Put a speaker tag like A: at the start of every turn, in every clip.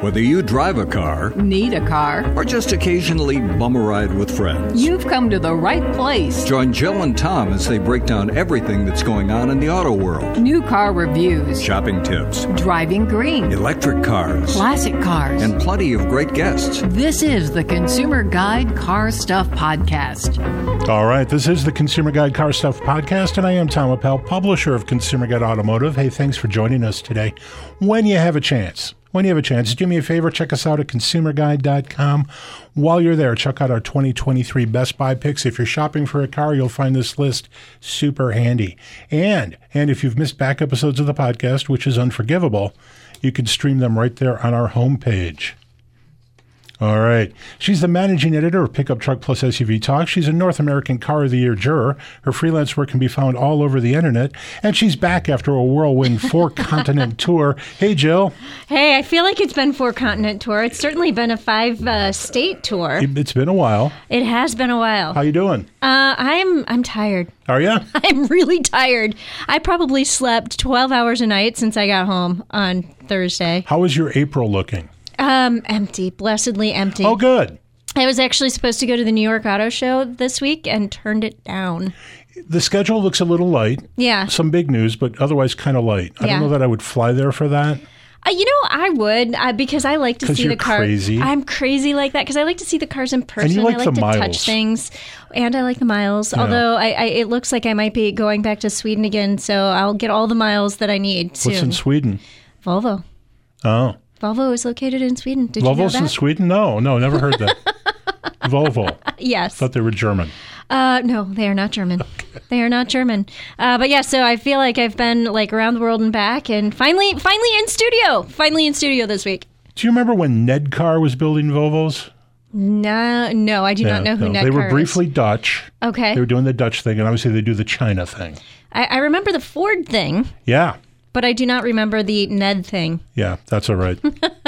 A: Whether you drive a car
B: Need a car?
A: or just occasionally bum a ride with friends,
B: You've come to the right place.
A: join Joe and Tom as they break down everything that's going on in the auto world
B: New car reviews,
A: shopping tips,
B: driving green,
A: electric cars,
B: classic cars.
A: and plenty of great guests.
B: This is the Consumer Guide Car Stuff Podcast.
C: All right, this is the Consumer Guide Car Stuff Podcast, and I am Tom Appel, publisher of Consumer Guide Automotive. Hey, thanks for joining us today. When you have a chance, when you have a chance, do me a favor, check us out at consumerguide.com. While you're there, check out our 2023 Best Buy picks. If you're shopping for a car, you'll find this list super handy. And and if you've missed back episodes of the podcast, which is unforgivable, you can stream them right there on our homepage. All right. She's the managing editor of Pickup Truck Plus SUV Talk. She's a North American Car of the Year juror. Her freelance work can be found all over the internet. And she's back after a whirlwind four continent tour. Hey, Jill.
D: Hey, I feel like it's been four continent tour. It's certainly been a five uh, state tour.
C: It, has been a while.
D: It has been a while.
C: How
D: Uh,
C: you doing?
D: I'm I'm tired.
C: Are you?
D: I'm really tired. I probably slept 12 hours a night since I got home on Thursday.
C: How is your April looking?
D: Um, empty, blessedly empty.
C: Oh, good.
D: I was actually supposed to go to the New York Auto Show this week and turned it down.
C: The schedule looks a little light.
D: Yeah.
C: Some big news, but otherwise kind of light. I
D: Yeah.
C: don't know that I would fly there for that.
D: Uh, you know, I would uh, because I like to
C: 'Cause
D: see
C: you're
D: the cars.
C: crazy.
D: I'm crazy like that because I like to see the cars in person.
C: like
D: I
C: the
D: like to
C: miles.
D: touch things, and I like the miles. Although I, I, it looks like I might be going back to Sweden again, so I'll get all the miles that I need soon.
C: What's in Sweden?
D: Volvo.
C: Oh,
D: Volvo is located in Sweden. Did
C: Volvo's
D: you know
C: in
D: that?
C: Sweden? No, no, never heard that. Volvo.
D: yes.
C: Thought they were German.
D: Uh, no, they are not German. They are not German. Uh, but yeah, so I feel like I've been like around the world and back, and finally, finally in studio. Finally in studio this week.
C: Do you remember when Nedcar was building Volvos?
D: No, no, I do not know who
C: no.
D: Nedcar
C: They were
D: is.
C: briefly Dutch.
D: Okay.
C: They were doing the Dutch thing, and obviously they do the China thing.
D: I, I remember the Ford thing,
C: Yeah,
D: but I do not remember the Ned thing.
C: yeah, that's all right.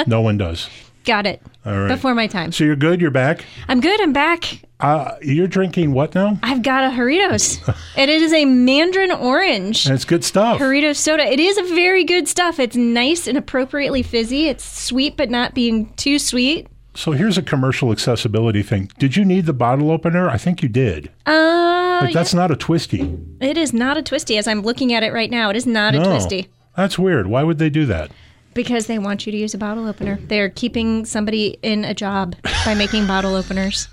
C: no one does.
D: Got it.
C: All right.
D: Before my time.
C: so you're good. You're back.
D: I'm good. I'm back.
C: Uh, you're drinking what now?
D: I've got a Doritos. it is a mandarin orange.
C: And it's good stuff.
D: Doritos soda. It is a very good stuff. It's nice and appropriately fizzy. It's sweet, but not being too sweet.
C: So here's a commercial accessibility thing. Did you need the bottle opener? I think you did.
D: Uh,
C: But that's not a twisty.
D: it is not a twisty as I'm looking at it right now. It is not a
C: No.
D: twisty
C: That's weird. Why would they do that?
D: because they want you to use a bottle opener. They're keeping somebody in a job by making bottle openers.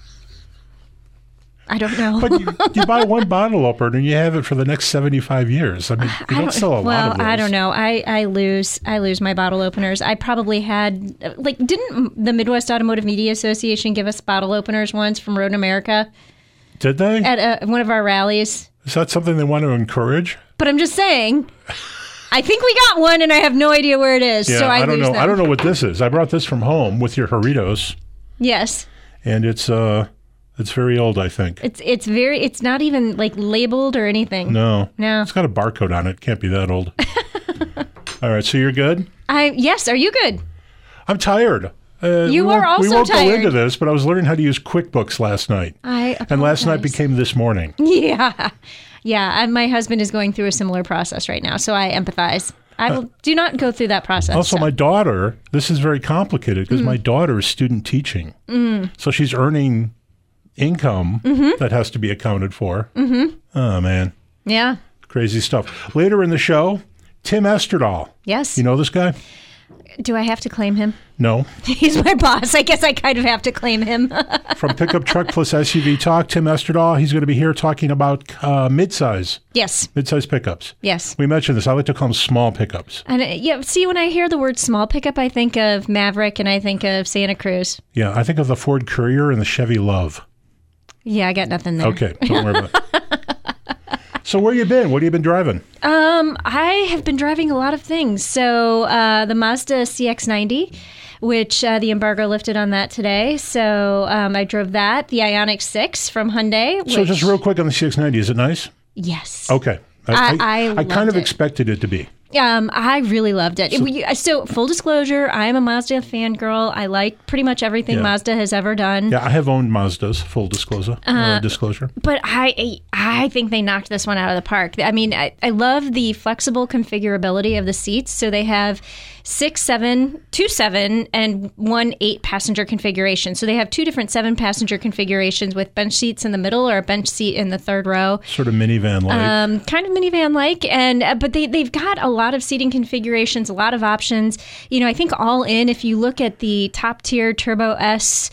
D: I don't know.
C: But you, you buy one bottle opener and you have it for the next 75 years. I mean, you don't, sell a
D: well,
C: lot of those.
D: I don't know. I, I lose I lose my bottle openers. I probably had like didn't the Midwest Automotive Media Association give us bottle openers once from Road America
C: Did they?
D: at uh one of our rallies?
C: Is that something they want to encourage?
D: But I'm just saying, I think we got one, and I have no idea where it is.
C: Yeah,
D: so I,
C: don't
D: lose
C: know.
D: Them.
C: I don't know what this is. I brought this from home with your Doritos,
D: Yes,
C: and it's uh, it's very old, I think.
D: it's it's very it's not even like labeled or anything.
C: No,
D: No.
C: it's got a barcode on it. Can't be that old. All right, so you're good.
D: I yes. Are you good?
C: I'm tired. Uh,
D: You
C: we
D: are
C: won't- We
D: also
C: won't go into
D: tired.
C: this, but I was learning how to use QuickBooks last night,
D: I
C: and last night
D: apologize.
C: became this morning.
D: Yeah. Yeah. And my husband is going through a similar process right now. So I empathize. I will do not go through that process.
C: Uh, Also,
D: so-
C: my daughter. This is very complicated
D: Mm.
C: because my daughter is student teaching, so she's earning income
D: Mm-hmm.
C: that has to be accounted for. Mm-hmm. Oh man.
D: yeah.
C: Crazy stuff. Later in the show, Tim Esterdahl.
D: Yes.
C: You know this guy?
D: do I have to claim him?
C: No.
D: He's my boss. I guess I kind of have to claim him.
C: From Pickup Truck Plus SUV Talk, Tim Esterdahl. He's going to be here talking about uh, midsize,
D: yes.
C: midsize pickups.
D: Yes.
C: We mentioned this. I like to call them small pickups.
D: And uh, yeah, see, when I hear the word small pickup, I think of Maverick and I think of Santa Cruz.
C: Yeah, I think of the Ford Courier and the Chevy Love.
D: Yeah, I got nothing there.
C: Okay, don't worry about it. So where you been? What have you been driving?
D: Um, I have been driving a lot of things. So uh, the Mazda CX-90, which uh, the embargo lifted on that today. So um, I drove that. The Ionic 6 from Hyundai.
C: So
D: which-
C: just real quick on the 690, is it nice?
D: yes.
C: Okay.
D: I- I
C: I kind
D: loved
C: of
D: it.
C: expected it to be.
D: Um, I really loved it. So, we, uh, so full disclosure, I am a Mazda fangirl. I like pretty much everything
C: Yeah.
D: Mazda has ever done.
C: Yeah, I have owned Mazdas. Full disclosure.
D: Uh-huh.
C: Uh, disclosure.
D: But I, I think they knocked this one out of the park. I mean, I, I love the flexible configurability of the seats. So they have six, seven, two, seven, and one eight passenger configuration. So they have two different seven passenger configurations with bench seats in the middle or a bench seat in the third row.
C: Sort of minivan like.
D: um, kind of minivan like and uh, but they, they've got a lot of seating configurations a lot of options you know i think all in if you look at the top tier turbo s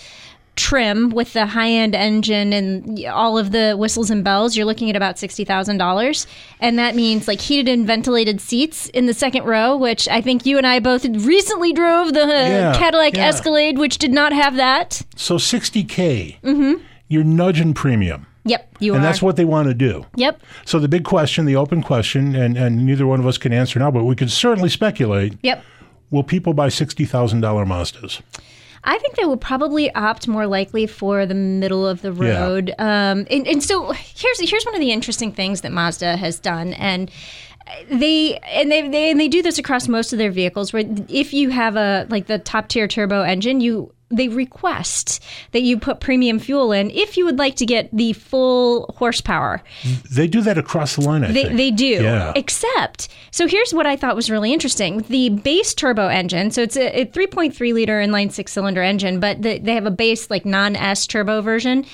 D: trim with the high end engine and all of the whistles and bells you're looking at about $60000 and that means like heated and ventilated seats in the second row which i think you and i both recently drove the uh,
C: Yeah,
D: cadillac
C: yeah.
D: escalade which did not have that
C: so 60K, mm-hmm. you're nudging premium.
D: yep you
C: And
D: are
C: that's what they want to do.
D: yep
C: So the big question, the open question, and, and neither one of us can answer now, but we can certainly speculate.
D: yep
C: Will people buy sixty thousand dollar Mazdas?
D: I think they will probably opt more likely for the middle of the
C: Yeah.
D: road. Um, and, and so here's here's one of the interesting things that Mazda has done, and they and they, they and they do this across most of their vehicles. Where if you have a like the top tier turbo engine, you they request that you put premium fuel in if you would like to get the full horsepower.
C: They do that across the line. I
D: They,
C: think
D: they do.
C: Yeah.
D: Except, so here's what I thought was really interesting. The base turbo engine, so it's a, a 3.3 liter inline six cylinder engine, but the, they have a base, like non S turbo version.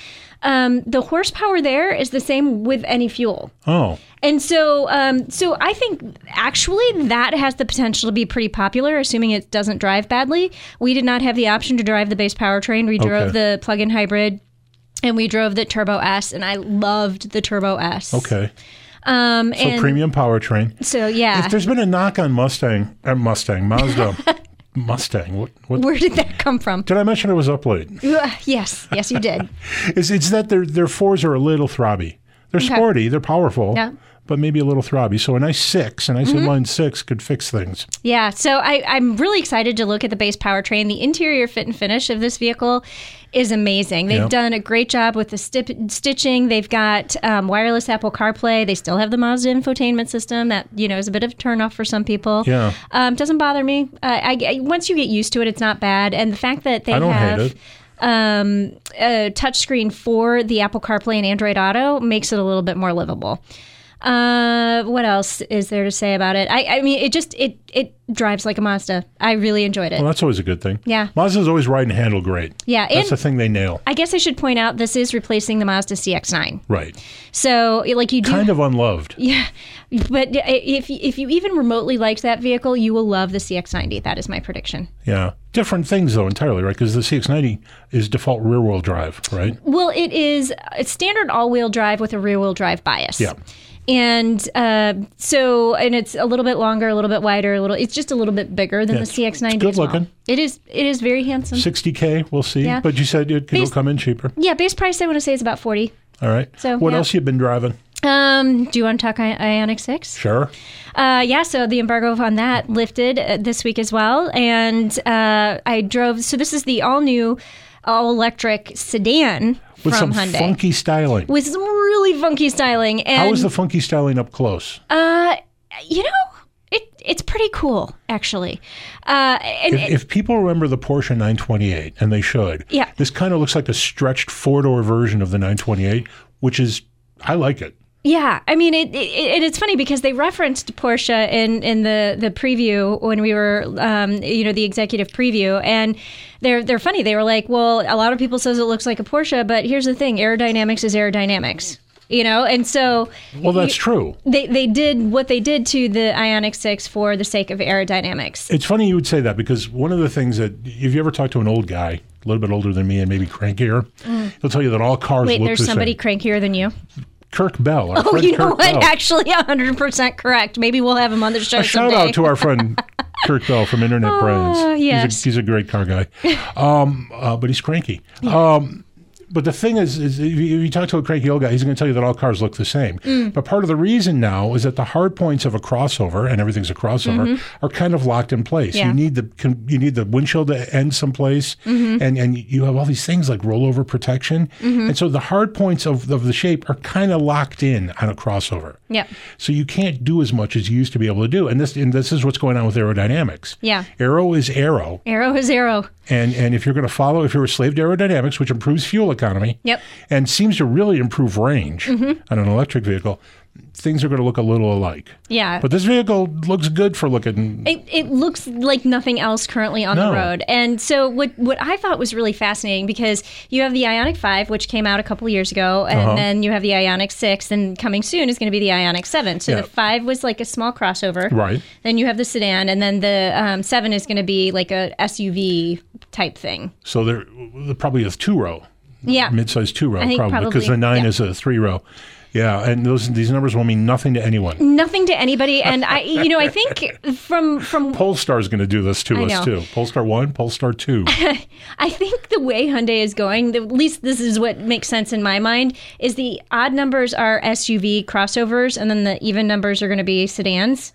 D: Um, the horsepower there is the same with any fuel.
C: oh,
D: And so, um, so I think actually that has the potential to be pretty popular, assuming it doesn't drive badly. We did not have the option to drive the base powertrain. We drove
C: Okay.
D: the plug-in hybrid, and we drove the Turbo S, and I loved the Turbo S.
C: okay.
D: Um,
C: So
D: and
C: premium powertrain.
D: so yeah,
C: If there's been a knock on Mustang, uh, Mustang, Mazda, Mustang. What, what
D: where did that come from?
C: did I mention? It was up late.
D: Uh, yes, yes, you did.
C: It's, it's that their their fours are a little throbby. They're sporty. They're powerful.
D: Yeah. Mm-hmm.
C: But maybe a little throbby. So a nice six, a nice inline six could fix things.
D: Yeah, so I, I'm really excited to look at the base powertrain. The interior fit and finish of this vehicle is amazing. They've
C: Yeah.
D: done a great job with the stip- stitching. They've got um, wireless Apple CarPlay. They still have the Mazda infotainment system that you know is a bit of a turnoff for some people.
C: Yeah.
D: um, doesn't bother me. I, I, I- once you get used to it, it's not bad. And the fact that they
C: I don't
D: have.
C: hate it.
D: um, a touchscreen for the Apple CarPlay and Android Auto makes it a little bit more livable. Uh, what else is there to say about it? I, I mean, it just it it drives like a Mazda. I really enjoyed it.
C: Well, that's always a good thing.
D: Yeah.
C: Mazda's always ride and handle great.
D: yeah,
C: That's
D: and
C: the thing they nail.
D: I guess I should point out this is replacing the Mazda CX-9.
C: Right.
D: So, it- like you do,
C: Kind of unloved.
D: yeah. But if you- if you even remotely liked that vehicle, you will love the CX-90. That is my prediction.
C: Yeah. Different things, though, entirely, right? Because the CX90 is default rear wheel drive, right?
D: Well, it is a standard all-wheel drive with a rear-wheel drive bias.
C: Yeah.
D: And uh, so, and it's a little bit longer, a little bit wider, a little. It's just a little bit bigger than
C: Yeah,
D: the CX90.
C: it's good
D: as well.
C: looking.
D: It is. It is very handsome.
C: 60K, we'll see.
D: Yeah.
C: But you said it could
D: Bas-
C: come in cheaper.
D: yeah, base price I want to say is about forty.
C: All right.
D: So,
C: what
D: yeah.
C: else you been driving?
D: Um, do you want to talk I- Ionic Six?
C: Sure.
D: Uh, yeah, so the embargo on that lifted uh, this week as well. And uh, I drove, so this is the all new, all electric sedan
C: With some
D: from Hyundai.
C: funky styling.
D: with some really funky styling. And
C: How is the funky styling up close?
D: Uh, you know, it it's pretty cool actually. Uh, and
C: if, if people remember the Porsche 928, and they should,
D: Yeah.
C: this kind of looks like a stretched four door version of the 928, which is, I like it.
D: yeah, I mean, it, it, it it's funny because they referenced Porsche in in the the preview when we were, um, you know, the executive preview, and they're they're funny. They were like, well, a lot of people says it looks like a Porsche, but here's the thing: aerodynamics is aerodynamics. You know, and so
C: Well, that's true.
D: they, they did what they did to the Ionic 6 for the sake of aerodynamics.
C: It's funny you would say that because one of the things that if you ever talk to an old guy, a little bit older than me and maybe crankier, he'll tell you that all cars
D: Mm. Wait,
C: look
D: there's
C: the
D: somebody
C: same.
D: crankier than you?
C: Kirk Bell. Our
D: Oh,
C: friend
D: you know
C: Kirk
D: what?
C: Bell.
D: Actually, 100% correct. Maybe we'll have him on the show
C: a shout
D: someday. Oh,
C: out to our friend Kirk Bell from Internet Brains. He's a-
D: yes.
C: He's a, great car guy, um, uh, but he's cranky. Um, But the thing is, is if you if you talk to a cranky old guy, he's going to tell you that all cars look the same.
D: Mm.
C: But part of the reason now is that the hard points of a crossover, and everything's a crossover, are kind of locked in place.
D: Mm-hmm. Yeah.
C: You need the con- you need the windshield to end someplace,
D: Mm-hmm.
C: and and you have all these things like rollover protection, and so the hard points of of the shape are kind of locked in on a crossover.
D: Yep.
C: So you can't do as much as you used to be able to do, and this and this is what's going on with aerodynamics.
D: Yeah.
C: Aero is aero,
D: Arrow is arrow.
C: and and if you're going to follow, if you're a slave to aerodynamics, which improves fuel economy,
D: Yep. Mm-hmm.
C: and seems to really improve range on an electric vehicle, things are going to look a little alike.
D: Yeah.
C: But this vehicle looks good for looking.
D: It, it looks like nothing else currently on
C: No.
D: the road. And so what what I thought was really fascinating because you have the Ionic 5 which came out a couple years ago
C: Uh-huh.
D: and then you have the Ionic 6 and coming soon is going to be the Ionic 7. So
C: Yeah.
D: the 5 was like a small crossover.
C: Right.
D: Then you have the sedan and then the um, 7 is going to be like a SUV type thing.
C: So they're, they're probably a two row,
D: Yeah.
C: mid sized two row,
D: I think
C: probably because the
D: probably,
C: nine
D: yeah.
C: is a three row. Yeah, and those these numbers will mean nothing to anyone.
D: nothing to anybody and I you know I think from from
C: Polestar is going to do this to
D: I
C: us
D: know.
C: too. Polestar one, Polestar two.
D: I think the way Hyundai is going, the- at least this is what makes sense in my mind, is the odd numbers are SUV crossovers, and then the even numbers are going to be sedans.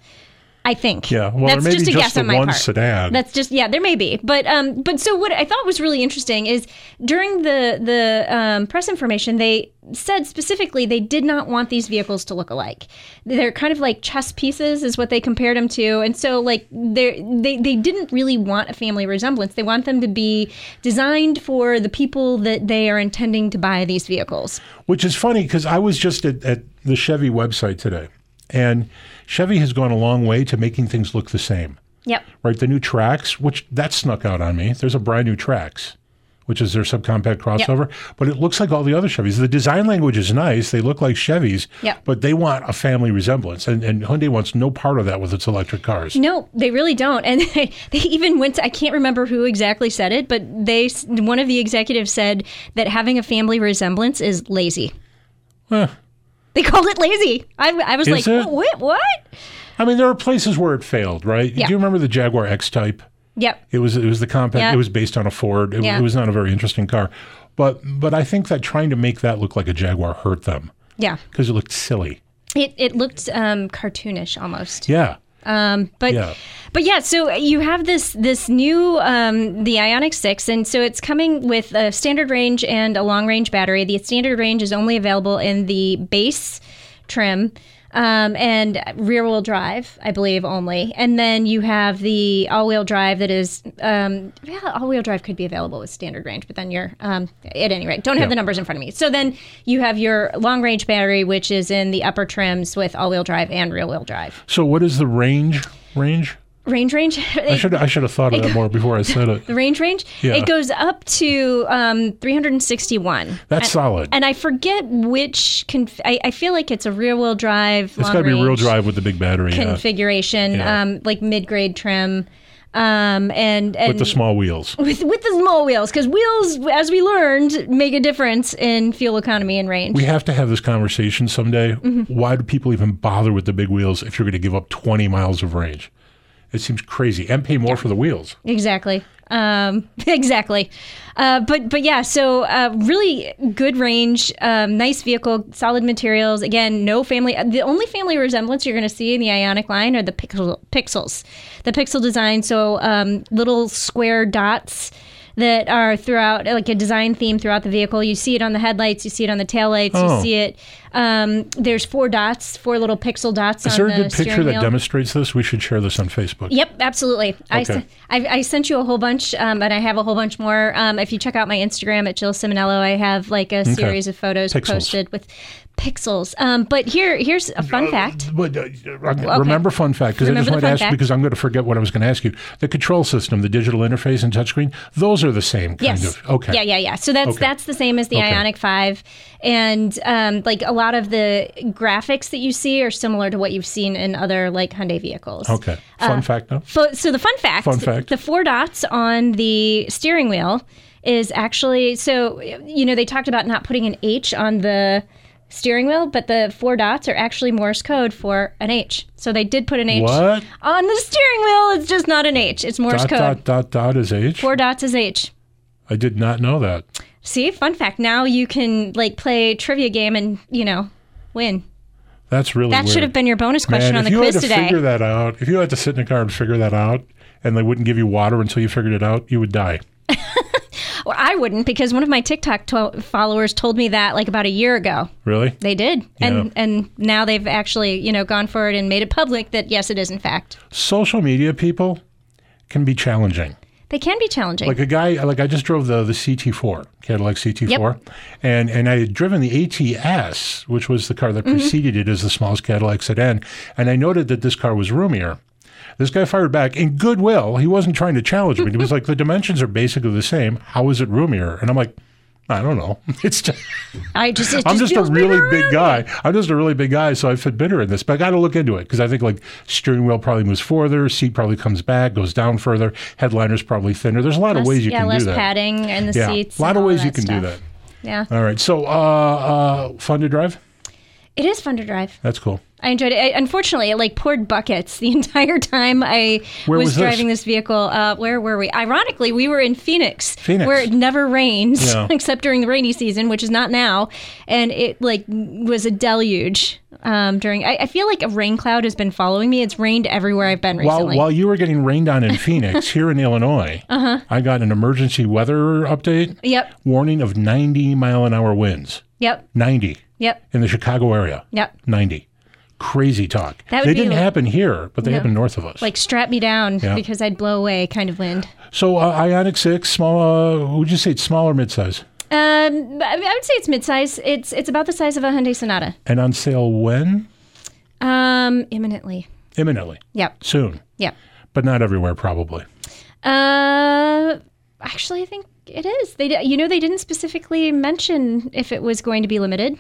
D: I think.
C: Yeah, well,
D: that's
C: there may
D: just
C: be
D: a
C: just
D: guess
C: the
D: on my
C: one
D: part.
C: sedan.
D: That's just yeah, there may be, but um, but so what I thought was really interesting is during the the um, press information they said specifically they did not want these vehicles to look alike. They're kind of like chess pieces, is what they compared them to, and so like they they they didn't really want a family resemblance. They want them to be designed for the people that they are intending to buy these vehicles.
C: Which is funny because I was just at, at the Chevy website today, and Chevy has gone a long way to making things look the same.
D: Yep.
C: Right, the new tracks, which that snuck out on me. There's a brand new tracks, which is their subcompact crossover, but it looks like all the other Chevys. The design language is nice; they look like Chevys,
D: Yep.
C: but they want a family resemblance, and, and Hyundai wants no part of that with its electric cars.
D: No, they really don't. And they, they even went to, I can't remember who exactly said it, but they s- one of the executives said that having a family resemblance is lazy.
C: Eh,
D: They called it lazy. I, I was
C: Is
D: like,
C: it?
D: what? what?
C: I mean, there are places where it failed, right?
D: Yeah.
C: Do you remember the Jaguar X Type?
D: Yep.
C: It was it was the compact.
D: Yeah.
C: It was based on a Ford. It,
D: Yeah.
C: it was not a very interesting car, but but I think that trying to make that look like a Jaguar hurt them
D: Yeah.
C: because it looked silly.
D: It, it looked um, cartoonish almost.
C: Yeah,
D: But
C: Yeah.
D: but yeah, so you have this this new um, the Ionic Six, and so it's coming with a standard range and a long range battery. The standard range is only available in the base trim. Um, and rear wheel drive, I believe only. And then you have the all wheel drive that is, um, yeah, all wheel drive could be available with standard range, but then you're, um, at any rate, don't have
C: Yeah.
D: the numbers in front of me. So then you have your long range battery, which is in the upper trims with all wheel drive and rear wheel drive.
C: So what is the range? Range?
D: Range range.
C: I should I should have thought of that more before I said it.
D: the range range
C: Yeah.
D: it goes up to um, 361
C: That's solid.
D: and i forget which conf- I, I feel like it's a rear wheel drive
C: it's
D: long
C: got to be real
D: range
C: drive with the big battery, yeah,
D: configuration
C: Yeah.
D: um, like mid-grade trim um, and and
C: with the small wheels.
D: with, with the small wheels because wheels as we learned make a difference in fuel economy and range
C: We have to have this conversation someday.
D: Mm-hmm.
C: Why do people even bother with the big wheels if you're going to give up 20 miles of range? It seems crazy and pay more for the wheels.
D: Exactly. Um, exactly. Uh, but but yeah, so uh, really good range, um, nice vehicle, solid materials. Again, no family. uh, The only family resemblance you're going to see in the Ionic line are the pixel, pixels, the pixel design. So um, little square dots that are throughout, like a design theme throughout the vehicle. You see it on the headlights, you see it on the taillights,
C: Oh.
D: you see it. Um, there's four dots, four little pixel dots.
C: Is there
D: on
C: a
D: the
C: good picture
D: steering
C: that
D: wheel.
C: demonstrates this? We should share this on Facebook.
D: Yep, absolutely. I,
C: Okay.
D: sen- I, I sent you a whole bunch, um, and I have a whole bunch more. Um, if you check out my Instagram at Jill Simonello, I have like a series of photos
C: Pixels.
D: posted with pixels. Um, but here, here's a fun fact.
C: But uh, uh, remember fun fact because I just
D: Remember the
C: wanted to
D: fun
C: ask
D: fact.
C: because I'm going to forget what I was going to ask you. The control system, the digital interface and touchscreen, those are the same kind
D: Yes.
C: of. Okay.
D: Yeah, yeah, yeah. So that's
C: Okay.
D: that's the same as the
C: Okay.
D: Ionic Five, and um, like a lot of the graphics that you see are similar to what you've seen in other like Hyundai vehicles.
C: Okay.
D: Uh,
C: Fun fact now.
D: So, so the fun fact,
C: Fun fact.
D: the four dots on the steering wheel is actually so you know they talked about not putting an H on the steering wheel, but the four dots are actually Morse code for an H. So they did put an H
C: What?
D: on the steering wheel. It's just not an H. It's Morse
C: Dot
D: code.
C: dot dot dot is H.
D: Four dots is H.
C: I did not know that.
D: See, fun fact. Now you can like play a trivia game and you know win.
C: That's really
D: That should
C: weird.
D: have been your bonus question
C: Man,
D: on
C: if
D: the
C: you
D: quiz
C: had to
D: today.
C: figure that out, if you had to sit in a car and figure that out, and they wouldn't give you water until you figured it out, you would die.
D: Well, I wouldn't because one of my TikTok to- followers told me that like about a year ago.
C: Really?
D: They did,
C: Yeah.
D: and and now they've actually you know gone for it and made it public that yes, it is in fact.
C: Social media people can be challenging.
D: They can be challenging.
C: Like a guy, like I just drove the the CT4 Cadillac CT4, and and I had driven the ATS, which was the car that preceded it as the smallest Cadillac sedan, and I noted that this car was roomier. This guy fired back in goodwill. He wasn't trying to challenge me. He was like, "The dimensions are basically the same. How is it roomier?" And I'm like, "I don't know. It's just,
D: I just, it
C: I'm just a
D: feels
C: really
D: bigger
C: big
D: around
C: guy. I'm just a really big guy, so I fit bitter in this. But I got to look into it because I think like steering wheel probably moves further, seat probably comes back, goes down further, headliner's probably thinner. There's a lot
D: Less-
C: of ways you
D: yeah,
C: can
D: less
C: do that.
D: padding in the
C: yeah,
D: seats.
C: a lot
D: and
C: of
D: all
C: ways you can do that.
D: stuff. Yeah,
C: All right, so uh, uh, fun to drive.
D: it is fun to drive.
C: That's cool.
D: I enjoyed it. I, unfortunately, it like poured buckets the entire time I
C: Where
D: was,
C: was this?
D: driving this vehicle. Uh, where were we? Ironically, we were in Phoenix,
C: Phoenix.
D: where it never rains
C: Yeah.
D: except during the rainy season, which is not now. And it like was a deluge um, during. I, I feel like a rain cloud has been following me. It's rained everywhere I've been
C: While
D: recently.
C: while you were getting rained on in Phoenix, here in Illinois,
D: Uh-huh.
C: I got an emergency weather update.
D: Yep.
C: Warning of 90 mile an hour winds.
D: yep,
C: 90
D: yep,
C: in the Chicago area.
D: yep.
C: 90. Crazy talk.
D: That would
C: they
D: be
C: didn't
D: like-
C: happen here, but they
D: No.
C: happened north of us.
D: Like strap me down
C: Yeah.
D: because I'd blow away kind of wind.
C: so, uh, Ionic 6, small, uh, would you say it's small or midsize?
D: Um, but I I would say it's midsize. It's it's about the size of a Hyundai Sonata.
C: And on sale when?
D: Um, imminently.
C: Imminently.
D: Yep.
C: Soon.
D: Yep.
C: But not everywhere, probably.
D: Uh, actually, I think it is. They, di- you know, they didn't specifically mention if it was going to be limited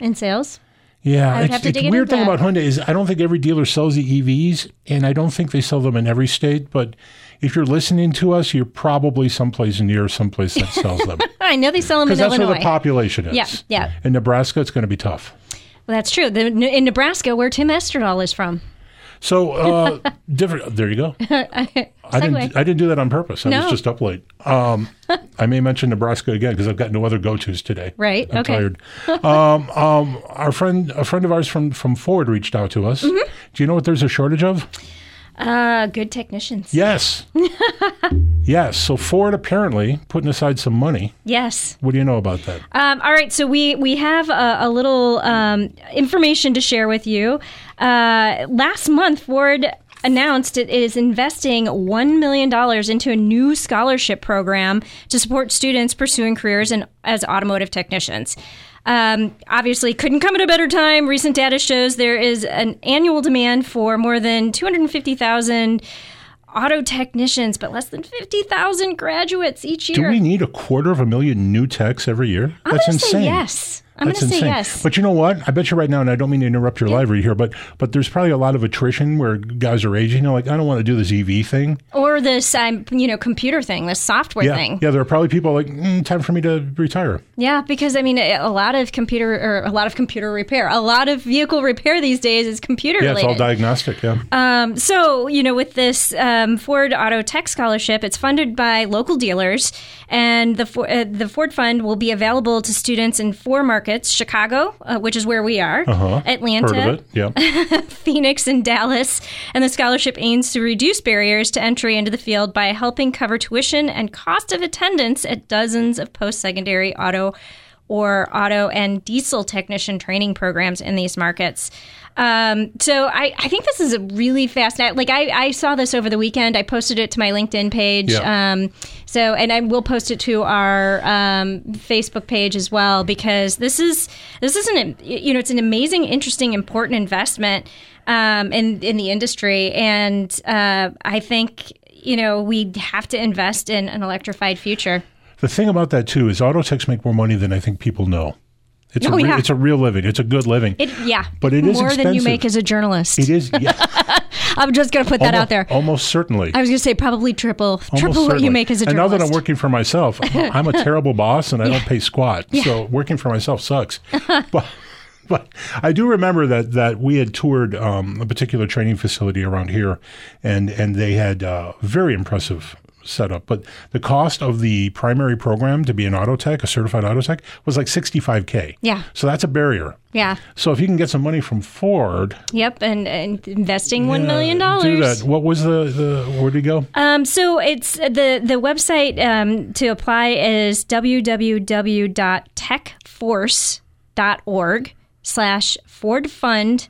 D: in sales.
C: Yeah,
D: would
C: it's,
D: have to
C: it's
D: dig into
C: weird thing
D: that.
C: about Hyundai is I don't think every dealer sells the EVs, and I don't think they sell them in every state. But if you're listening to us, you're probably someplace near someplace that sells them
D: I know they sell them in
C: because that's
D: Illinois.
C: where the population is.
D: Yeah, yeah.
C: In Nebraska, it's going to be tough.
D: well, that's true. The, in Nebraska, where Tim Estradol is from.
C: So uh, different. There you go. I didn't.
D: Segue.
C: I didn't do that on purpose. I
D: No.
C: was just up late. Um, I may mention Nebraska again because I've got no other go tos today.
D: Right,
C: I'm
D: okay.
C: tired. um, um, our friend, a friend of ours from from Ford, reached out to us.
D: Mm-hmm.
C: Do you know what there's a shortage of?
D: Uh, good technicians.
C: Yes. yes. So Ford apparently putting aside some money.
D: Yes.
C: What do you know about that?
D: Um, all right, so we we have a, a little um, information to share with you. Uh, last month, Ford announced it is investing one million dollars into a new scholarship program to support students pursuing careers in, as automotive technicians. Um, obviously, couldn't come at a better time. Recent data shows there is an annual demand for more than two hundred fifty thousand. Auto technicians, but less than 50,000 graduates each
C: do
D: year.
C: we need a quarter of a million new techs every year?
D: I'm
C: That's
D: gonna
C: insane.
D: Say yes. I'm
C: That's
D: going to say
C: insane.
D: yes.
C: But you know what? I bet you right now, and I don't mean to interrupt your live read here, but but there's probably a lot of attrition where guys are aging. They're like, I don't want to do this EV thing.
D: or this um, you know computer thing this software
C: Yeah,
D: thing
C: yeah. There are probably people like, mm, time for me to retire.
D: yeah because i mean a a lot of computer or a lot of computer repair a lot of vehicle repair these days is computer
C: Yeah, it's all
D: related
C: diagnostic. Yeah.
D: um, so you know with this um, ford auto tech scholarship it's funded by local dealers and the, Fo- uh, the ford fund will be available to students in four markets chicago uh, which is where we are atlanta
C: Uh-huh. Heard of it? Yeah.
D: Phoenix and Dallas, and the scholarship aims to reduce barriers to entry into the field by helping cover tuition and cost of attendance at dozens of post secondary auto or auto and diesel technician training programs in these markets. Um, so I, I think this is a really fascinating. Like I, I saw this over the weekend. I posted it to my LinkedIn page.
C: Yeah.
D: Um, so and I will post it to our um, Facebook page as well because this is this is an you know it's an amazing, interesting, important investment um, in in the industry, and uh, I think you know we have to invest in an electrified future.
C: the thing about that too is auto techs make more money than I think people know. It's
D: Oh,
C: a re-
D: yeah.
C: it's a real living. It's a good living.
D: It, yeah,
C: But it is
D: more than you
C: expensive.
D: make as a journalist.
C: it is. Yeah.
D: I'm just going to put that out there.
C: Almo- Almost certainly.
D: I was going to say probably triple triple
C: Almost
D: what
C: certainly.
D: you make as a
C: and
D: journalist.
C: now that I'm working for myself, I'm a terrible boss and I don't pay squat. So working for myself sucks. but but I do remember that that we had toured um, a particular training facility around here, and and they had uh, very impressive setup. But the cost of the primary program to be an auto tech, a certified auto tech, was like 65K.
D: Yeah.
C: So that's a barrier.
D: Yeah.
C: So if you can get some money from Ford,
D: Yep. And, and investing $1 million.
C: yeah, Do that. What was the, the where'd we go?
D: Um, so it's the the website um, to apply is www.techforce.org slash Ford Fund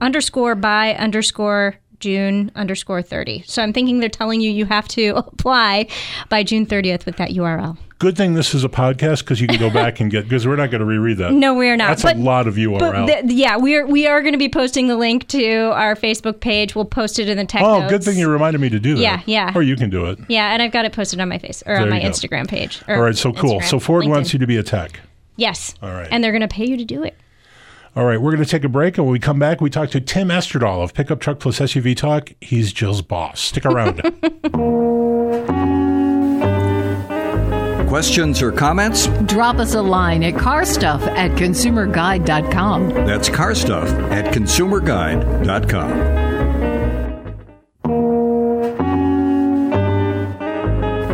D: underscore by underscore June underscore thirty. So I'm thinking they're telling you you have to apply by June thirtieth with that URL.
C: Good thing this is a podcast because you can go back and get because we're not going to reread that.
D: No, we are not.
C: That's
D: But-
C: a lot of URL.
D: But th- yeah, we are we are going to be posting the link to our Facebook page. We'll post it in the tech.
C: oh,
D: notes.
C: good thing you reminded me to do that.
D: Yeah, yeah.
C: Or you can do it.
D: Yeah, and I've got it posted on my face or
C: There
D: on my
C: you go.
D: Instagram page. or
C: All right. So cool.
D: Instagram,
C: so Ford wants
D: LinkedIn.
C: you to be a tech.
D: Yes.
C: All right.
D: And they're going to pay you to do it.
C: All right, we're going to take a break, and when we come back, we talk to Tim Esterdahl of Pickup Truck Plus SUV Talk. He's Jill's boss. Stick around.
A: Questions or comments?
B: Drop us a line at carstuff at consumerguide.com.
A: That's car stuff at consumerguide.com.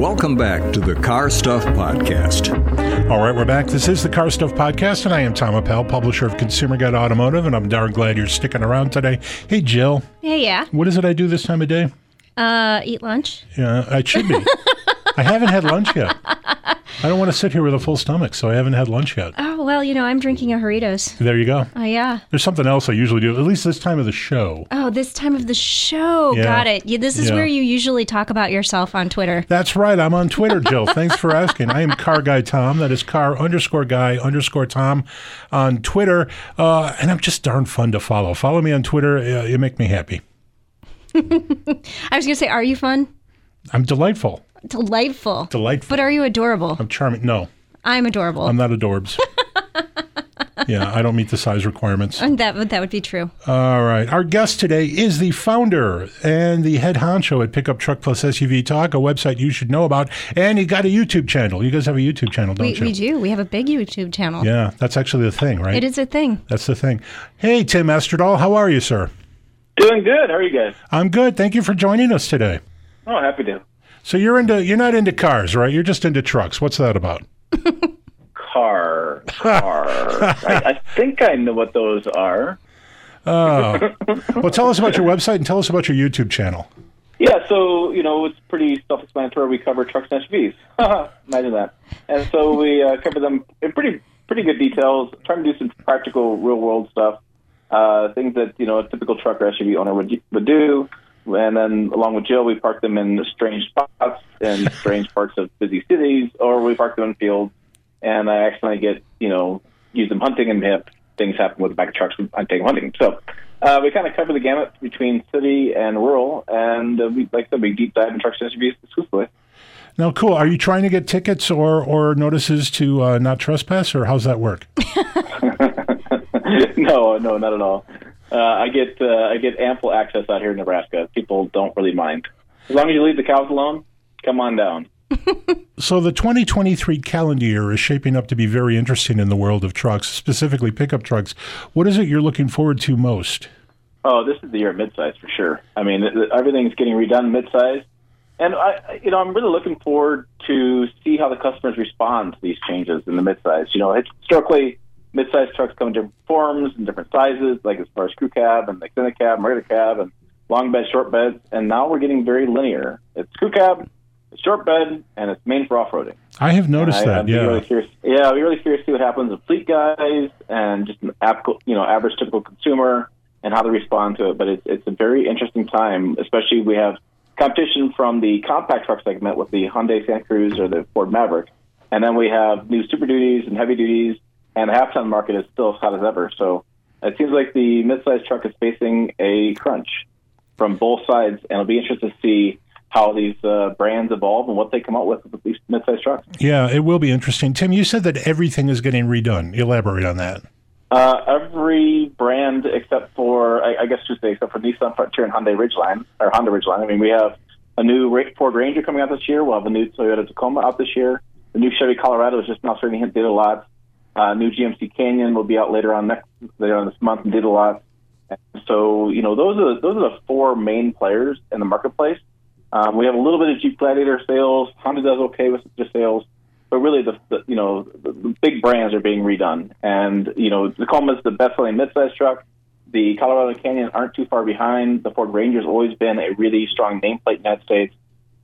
A: Welcome back to the Car Stuff Podcast.
C: All right, we're back. This is the Car Stuff Podcast, and I am Tom Appel, publisher of Consumer Guide Automotive, and I'm darn glad you're sticking around today. Hey, Jill,
D: Yeah, yeah.
C: what is it I do this time of day?
D: Uh, eat lunch.
C: Yeah, I should be. I haven't had lunch yet. I don't want to sit here with a full stomach, so I haven't had lunch yet.
D: Oh well, you know I'm drinking a Doritos.
C: There you go.
D: Oh yeah.
C: There's something else I usually do, at least this time of the show.
D: Oh, this time of the show.
C: Yeah.
D: Got it. Yeah, this is
C: Yeah.
D: where you usually talk about yourself on Twitter.
C: That's right. I'm on Twitter, Jill. Thanks for asking. I am Car Guy Tom. That is Car underscore Guy underscore Tom on Twitter, uh, and I'm just darn fun to follow. Follow me on Twitter. Uh, you make me happy.
D: I was gonna say, are you fun?
C: I'm delightful.
D: Delightful.
C: Delightful.
D: But are you adorable?
C: I'm charming. No,
D: I'm adorable.
C: I'm not adorbs. yeah, I don't meet the size requirements.
D: And that would that would be true.
C: All right. Our guest today is the founder and the head honcho at Pickup Truck Plus SUV Talk, a website you should know about. And you got a YouTube channel. You guys have a YouTube channel, don't
D: we,
C: you?
D: we do. We have a big YouTube channel.
C: Yeah, that's actually the thing, right?
D: It is a thing.
C: That's the thing. Hey, Tim Esterdahl, how are you, sir?
E: Doing good. How are you guys?
C: I'm good. Thank you for joining us today.
E: Oh, happy to.
C: So you're into you're not into cars, right? You're just into trucks. What's that about?
E: Car, car. I, I think I know what those are.
C: Well, tell us about your website and tell us about your YouTube channel.
E: Yeah, so you know it's pretty self-explanatory. We cover trucks and SUVs. Imagine that. And so we uh, cover them in pretty pretty good details. Trying to do some practical, real-world stuff. Uh, things that you know a typical truck or SUV owner would would do. And then along with Jill, we park them in strange spots in strange parts of busy cities, or we park them in fields. And I accidentally get you know use them hunting and hip things happen with the back of trucks when I'm taking hunting. So uh, we kind of cover the gamut between city and rural, and uh, we, like I said, we deep dive in trucks and SUVs exclusively.
C: Now, cool. Are you trying to get tickets or or notices to uh, not trespass, or how's that work?
E: no, no, not at all. Uh, I get uh, I get ample access out here in Nebraska. People don't really mind as long as you leave the cows alone. Come on down.
C: So the 2023 calendar year is shaping up to be very interesting in the world of trucks, specifically pickup trucks. What is it you're looking forward to most?
E: Oh, this is the year of midsize for sure. I mean, th- th- everything's getting redone midsize, and I, I- you know, I'm really looking forward to see how the customers respond to these changes in the midsize. You know, historically, midsize trucks come in different forms and different sizes, like as far as crew cab and extended cab, and regular cab, and long bed, short bed, and now we're getting very linear. It's crew cab, it's short bed, and it's main for off roading.
C: I have noticed
E: I,
C: that.
E: I'd be
C: yeah.
E: really curious. Yeah, I'd be really curious to see what happens with fleet guys and just an app, you know, average typical consumer and how they respond to it. But it's it's a very interesting time, especially we have competition from the compact truck segment with the Hyundai Santa Cruz or the Ford Maverick, and then we have new Super Duties and heavy duties, and the half ton market is still as hot as ever. So it seems like the midsize truck is facing a crunch from both sides, and it'll be interesting to see. How these uh, brands evolve and what they come up with with these midsize trucks.
C: Yeah, it will be interesting. Tim, you said that everything is getting redone. Elaborate on that.
E: Uh, every brand except for, I, I guess you say, except for Nissan Frontier and Hyundai Ridgeline, or Honda Ridgeline. I mean, we have a new Ra- Ford Ranger coming out this year. We'll have a new Toyota Tacoma out this year. The new Chevy Colorado is just now starting to hit data lots. Uh, new GMC Canyon will be out later on next later on this month in data lots. So you know those are those are the four main players in the marketplace. Um, we have a little bit of Jeep Gladiator sales. Honda does okay with the sales, but really the, the you know the, the big brands are being redone, and you know the Coma's the best-selling midsize truck. The Colorado Canyon aren't too far behind. The Ford Ranger's always been a really strong nameplate in the United States,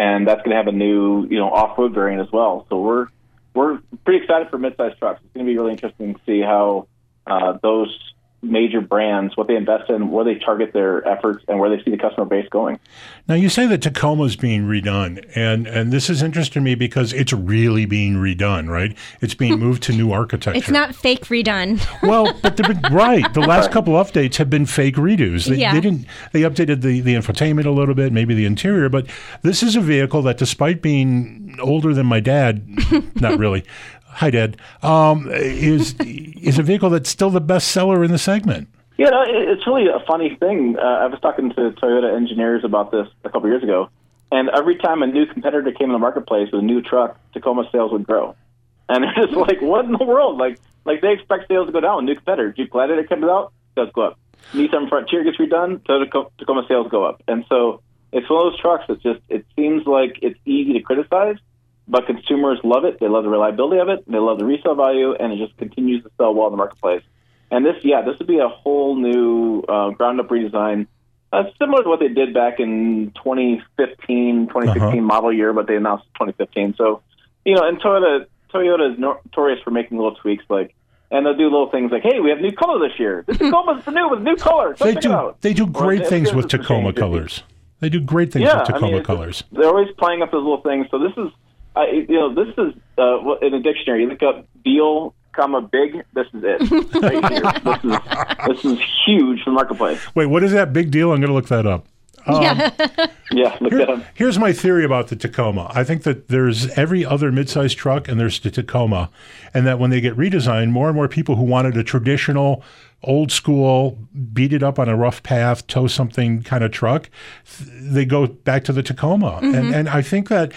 E: and that's going to have a new you know off-road variant as well. So we're we're pretty excited for midsize trucks. It's going to be really interesting to see how uh, those major brands, what they invest in, where they target their efforts, and where they see the customer base going.
C: Now you say that Tacoma's being redone, and and this is interesting to me because it's really being redone, right? It's being moved to new architecture.
D: It's not fake redone.
C: well, but they've been right. The last couple updates have been fake redos. They,
D: Yeah.
C: they didn't. They updated the the infotainment a little bit, maybe the interior, but this is a vehicle that, despite being older than my dad, not really. Hi, Dad. Um, is is a vehicle that's still the best seller in the segment.
E: Yeah, no, it- it's really a funny thing. Uh, I was talking to Toyota engineers about this a couple years ago, and every time a new competitor came in the marketplace with a new truck, Tacoma sales would grow. And it's just like, what in the world? Like, like they expect sales to go down. New competitor, Jeep Gladiator comes out, sales go up. Nissan Frontier gets redone, Toyota Tacoma sales go up. And so it's one of those trucks that just it seems like it's easy to criticize, but consumers love it. They love the reliability of it. They love the resale value, and it just continues to sell well in the marketplace. And this, yeah, this would be a whole new uh, ground up redesign, uh, similar to what they did back in 2015, 2016
C: Uh-huh.
E: model year, but they announced 2015. So, you know, and Toyota Toyota is notorious for making little tweaks, like, and they'll do little things like, hey, we have new color this year. This Tacoma's new with new color. Go
C: They
E: check
C: do.
E: it out.
C: They do
E: Or
C: great
E: the
C: things with
E: appearance has
C: Tacoma
E: changed.
C: colors. They do great things with
E: I
C: Tacoma
E: mean, it's just-
C: colors.
E: They're always playing up those little things. So this is, I, you know, this is uh, what- in a dictionary. You look up deal, comma big. This is it. Right here. this is this is huge for the marketplace.
C: Wait, what is that big deal? I'm going to look that up.
D: yeah.
E: Yeah, look at them.
C: Here's my theory about the Tacoma. I think that there's every other midsize truck and there's the Tacoma, and that when they get redesigned, more and more people who wanted a traditional, old school, beat it up on a rough path, tow something kind of truck, th- they go back to the Tacoma. And, and I think that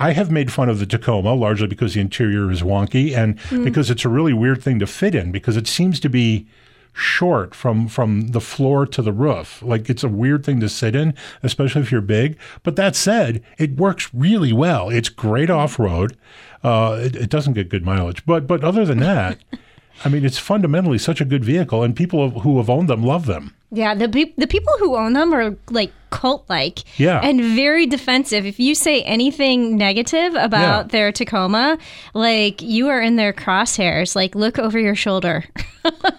C: I have made fun of the Tacoma largely because the interior is wonky and because it's a really weird thing to fit in because it seems to be short from from the floor to the roof. Like it's a weird thing to sit in, especially if you're big. But that said, it works really well. It's great off road. Uh, it, it doesn't get good mileage, but but other than that, I mean, it's fundamentally such a good vehicle, and people who have owned them love them.
D: Yeah, the peop the people who own them are like cult like.
C: Yeah.
D: And very defensive. If you say anything negative about
C: Yeah.
D: their Tacoma, like you are in their crosshairs. Like look over your shoulder.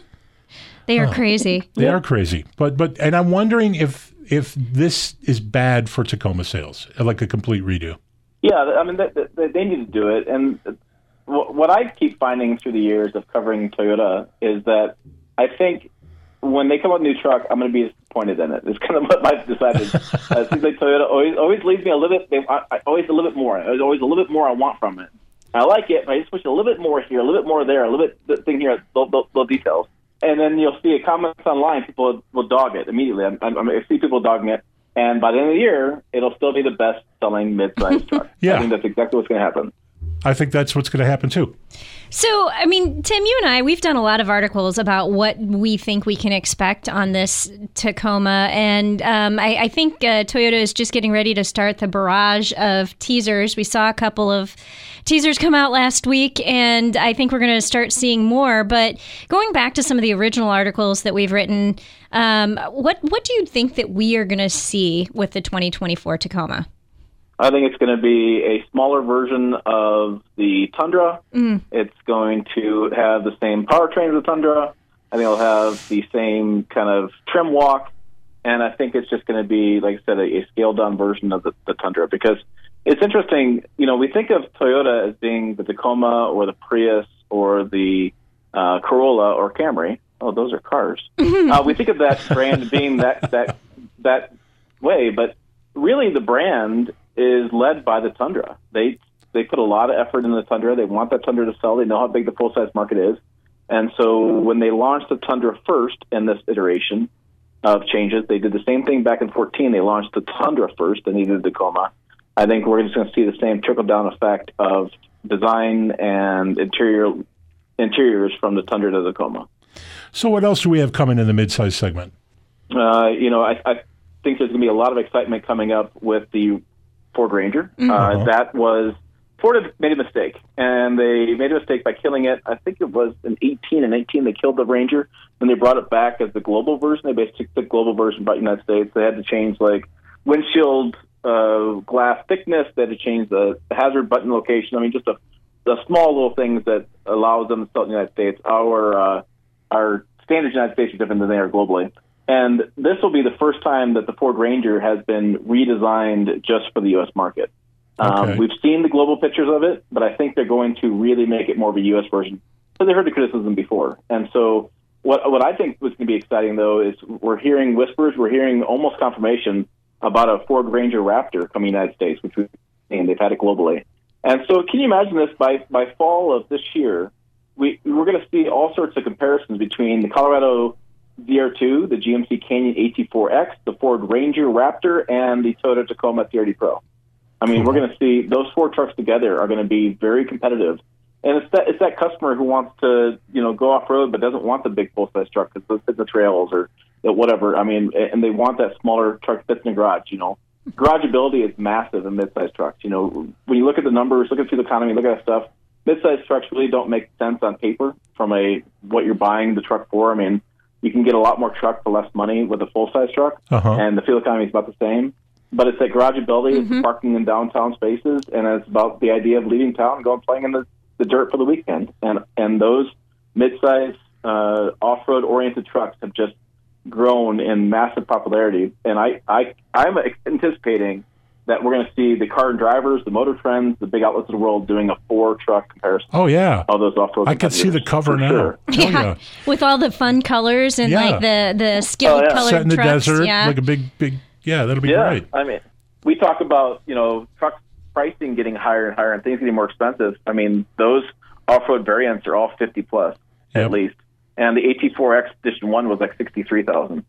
D: they are crazy.
C: They are crazy, but but and I'm wondering if if this is bad for Tacoma sales, like a complete redo.
E: Yeah, I mean, they, they, they need to do it. And wh- what I keep finding through the years of covering Toyota is that I think when they come out with a new truck, I'm going to be disappointed in it. It's kind of what I've decided. uh, it seems like Toyota always, always leaves me a little bit, they, I, I always a little bit more. There's always a little bit more I want from it. I like it, but I just wish a little bit more here, a little bit more there, a little bit th- thing here, little, little, little details. And then you'll see a comment online, people will dog it immediately. I'm, I'm, I see people dogging it. And by the end of the year, it'll still be the best selling mid-sized truck.
C: Yeah.
E: I think that's exactly what's going to happen.
C: I think that's what's going to happen too.
D: So, I mean, Tim, you and I, we've done a lot of articles about what we think we can expect on this Tacoma. And um, I, I think uh, Toyota is just getting ready to start the barrage of teasers. We saw a couple of teasers come out last week, and I think we're going to start seeing more. But going back to some of the original articles that we've written, um, what, what do you think that we are going to see with the 2024 Tacoma?
E: I think it's going to be a smaller version of the Tundra. It's going to have the same powertrain as the Tundra. I think it'll have the same kind of trim walk. And I think it's just going to be, like I said, a, a scaled down version of the, the Tundra because it's interesting. You know, we think of Toyota as being the Tacoma or the Prius or the uh, Corolla or Camry. Oh, those are cars. uh, we think of that brand being that, that, that way, but really the brand is led by the Tundra. They they put a lot of effort into the Tundra. They want that Tundra to sell. They know how big the full size market is, and so when they launched the Tundra first in this iteration of changes, they did the same thing back in 14. They launched the Tundra first, then they did the Tacoma. I think we're just going to see the same trickle down effect of design and interior interiors from the Tundra to the Tacoma.
C: So what else do we have coming in the midsize segment?
E: Uh, you know, I, I think there's going to be a lot of excitement coming up with the Ford Ranger. Uh, that was Ford had made a mistake, and they made a mistake by killing it. I think it was in 18 and 19 they killed the Ranger. When they brought it back as the global version, they basically took the global version brought it to the United States. They had to change like windshield uh, glass thickness. They had to change the hazard button location. I mean, just a, the small little things that allows them to sell it in the United States. Our uh, our standards in the United States are different than they are globally. And this will be the first time that the Ford Ranger has been redesigned just for the U.S. market.
C: Okay.
E: Um, we've seen the global pictures of it, but I think they're going to really make it more of a U.S. version. So they heard the criticism before, and so what what I think was going to be exciting though is we're hearing whispers, we're hearing almost confirmation about a Ford Ranger Raptor coming to the United States, which we've seen they've had it globally. And so, can you imagine this? By by fall of this year, we we're going to see all sorts of comparisons between the Colorado ZR2, the GMC Canyon AT4X, the Ford Ranger Raptor, and the Toyota Tacoma 30 Pro. I mean, we're going to see those four trucks together are going to be very competitive. And it's that it's that customer who wants to you know go off road but doesn't want the big full size truck because it's the trails or the whatever. I mean, and they want that smaller truck that's in the garage. You know, garageability is massive in mid size trucks. You know, when you look at the numbers, look at the economy, look at that stuff. Mid size trucks really don't make sense on paper from a what you're buying the truck for. I mean, you can get a lot more truck for less money with a full size truck,
C: Uh-huh.
E: and the fuel economy is about the same. But it's that garageability, it's parking in downtown spaces, and it's about the idea of leaving town, and going playing in the, the dirt for the weekend. And and those mid-size uh, off-road oriented trucks have just grown in massive popularity. And I I I'm anticipating that we're going to see the car and drivers, the motor trends, the big outlets of the world doing a four-truck comparison.
C: Oh yeah.
E: of those off-road.
C: I can see the
E: competitors,
C: cover
E: for
C: now.
E: sure.
C: Oh, yeah.
D: with all the fun colors and
C: Yeah.
D: like the the skilled
E: yeah.
D: colored
C: Set in the
D: trucks.
C: desert,
D: yeah.
C: like a big, big. Yeah, that'll be
E: yeah,
C: great.
E: I mean, we talk about you know truck pricing getting higher and higher and things getting more expensive. I mean, those off-road variants are all fifty plus
C: Yep.
E: at least, and the AT4X Edition One was like sixty-three thousand.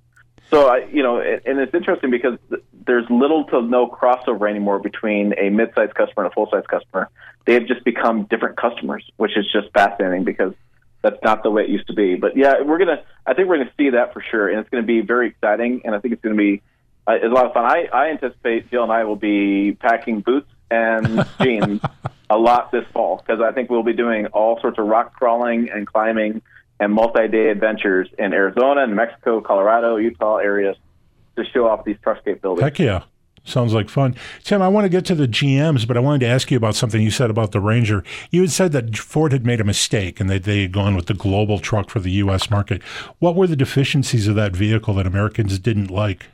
E: So I, you know, and and it's interesting because th- there's little to no crossover anymore between a mid-sized customer and a full-size customer. They have just become different customers, which is just fascinating because that's not the way it used to be. But yeah, we're gonna, I think we're gonna see that for sure, and it's gonna be very exciting, and I think it's gonna be uh, it's a lot of fun. I, I anticipate Jill and I will be packing boots and jeans a lot this fall because I think we'll be doing all sorts of rock crawling and climbing and multi-day adventures in Arizona and Mexico, Colorado, Utah areas to show off these truck capabilities.
C: Heck yeah. Sounds like fun. Tim, I want to get to the GMs, but I wanted to ask you about something you said about the Ranger. You had said that Ford had made a mistake and that they had gone with the global truck for the U.S. market. What were the deficiencies of that vehicle that Americans didn't like?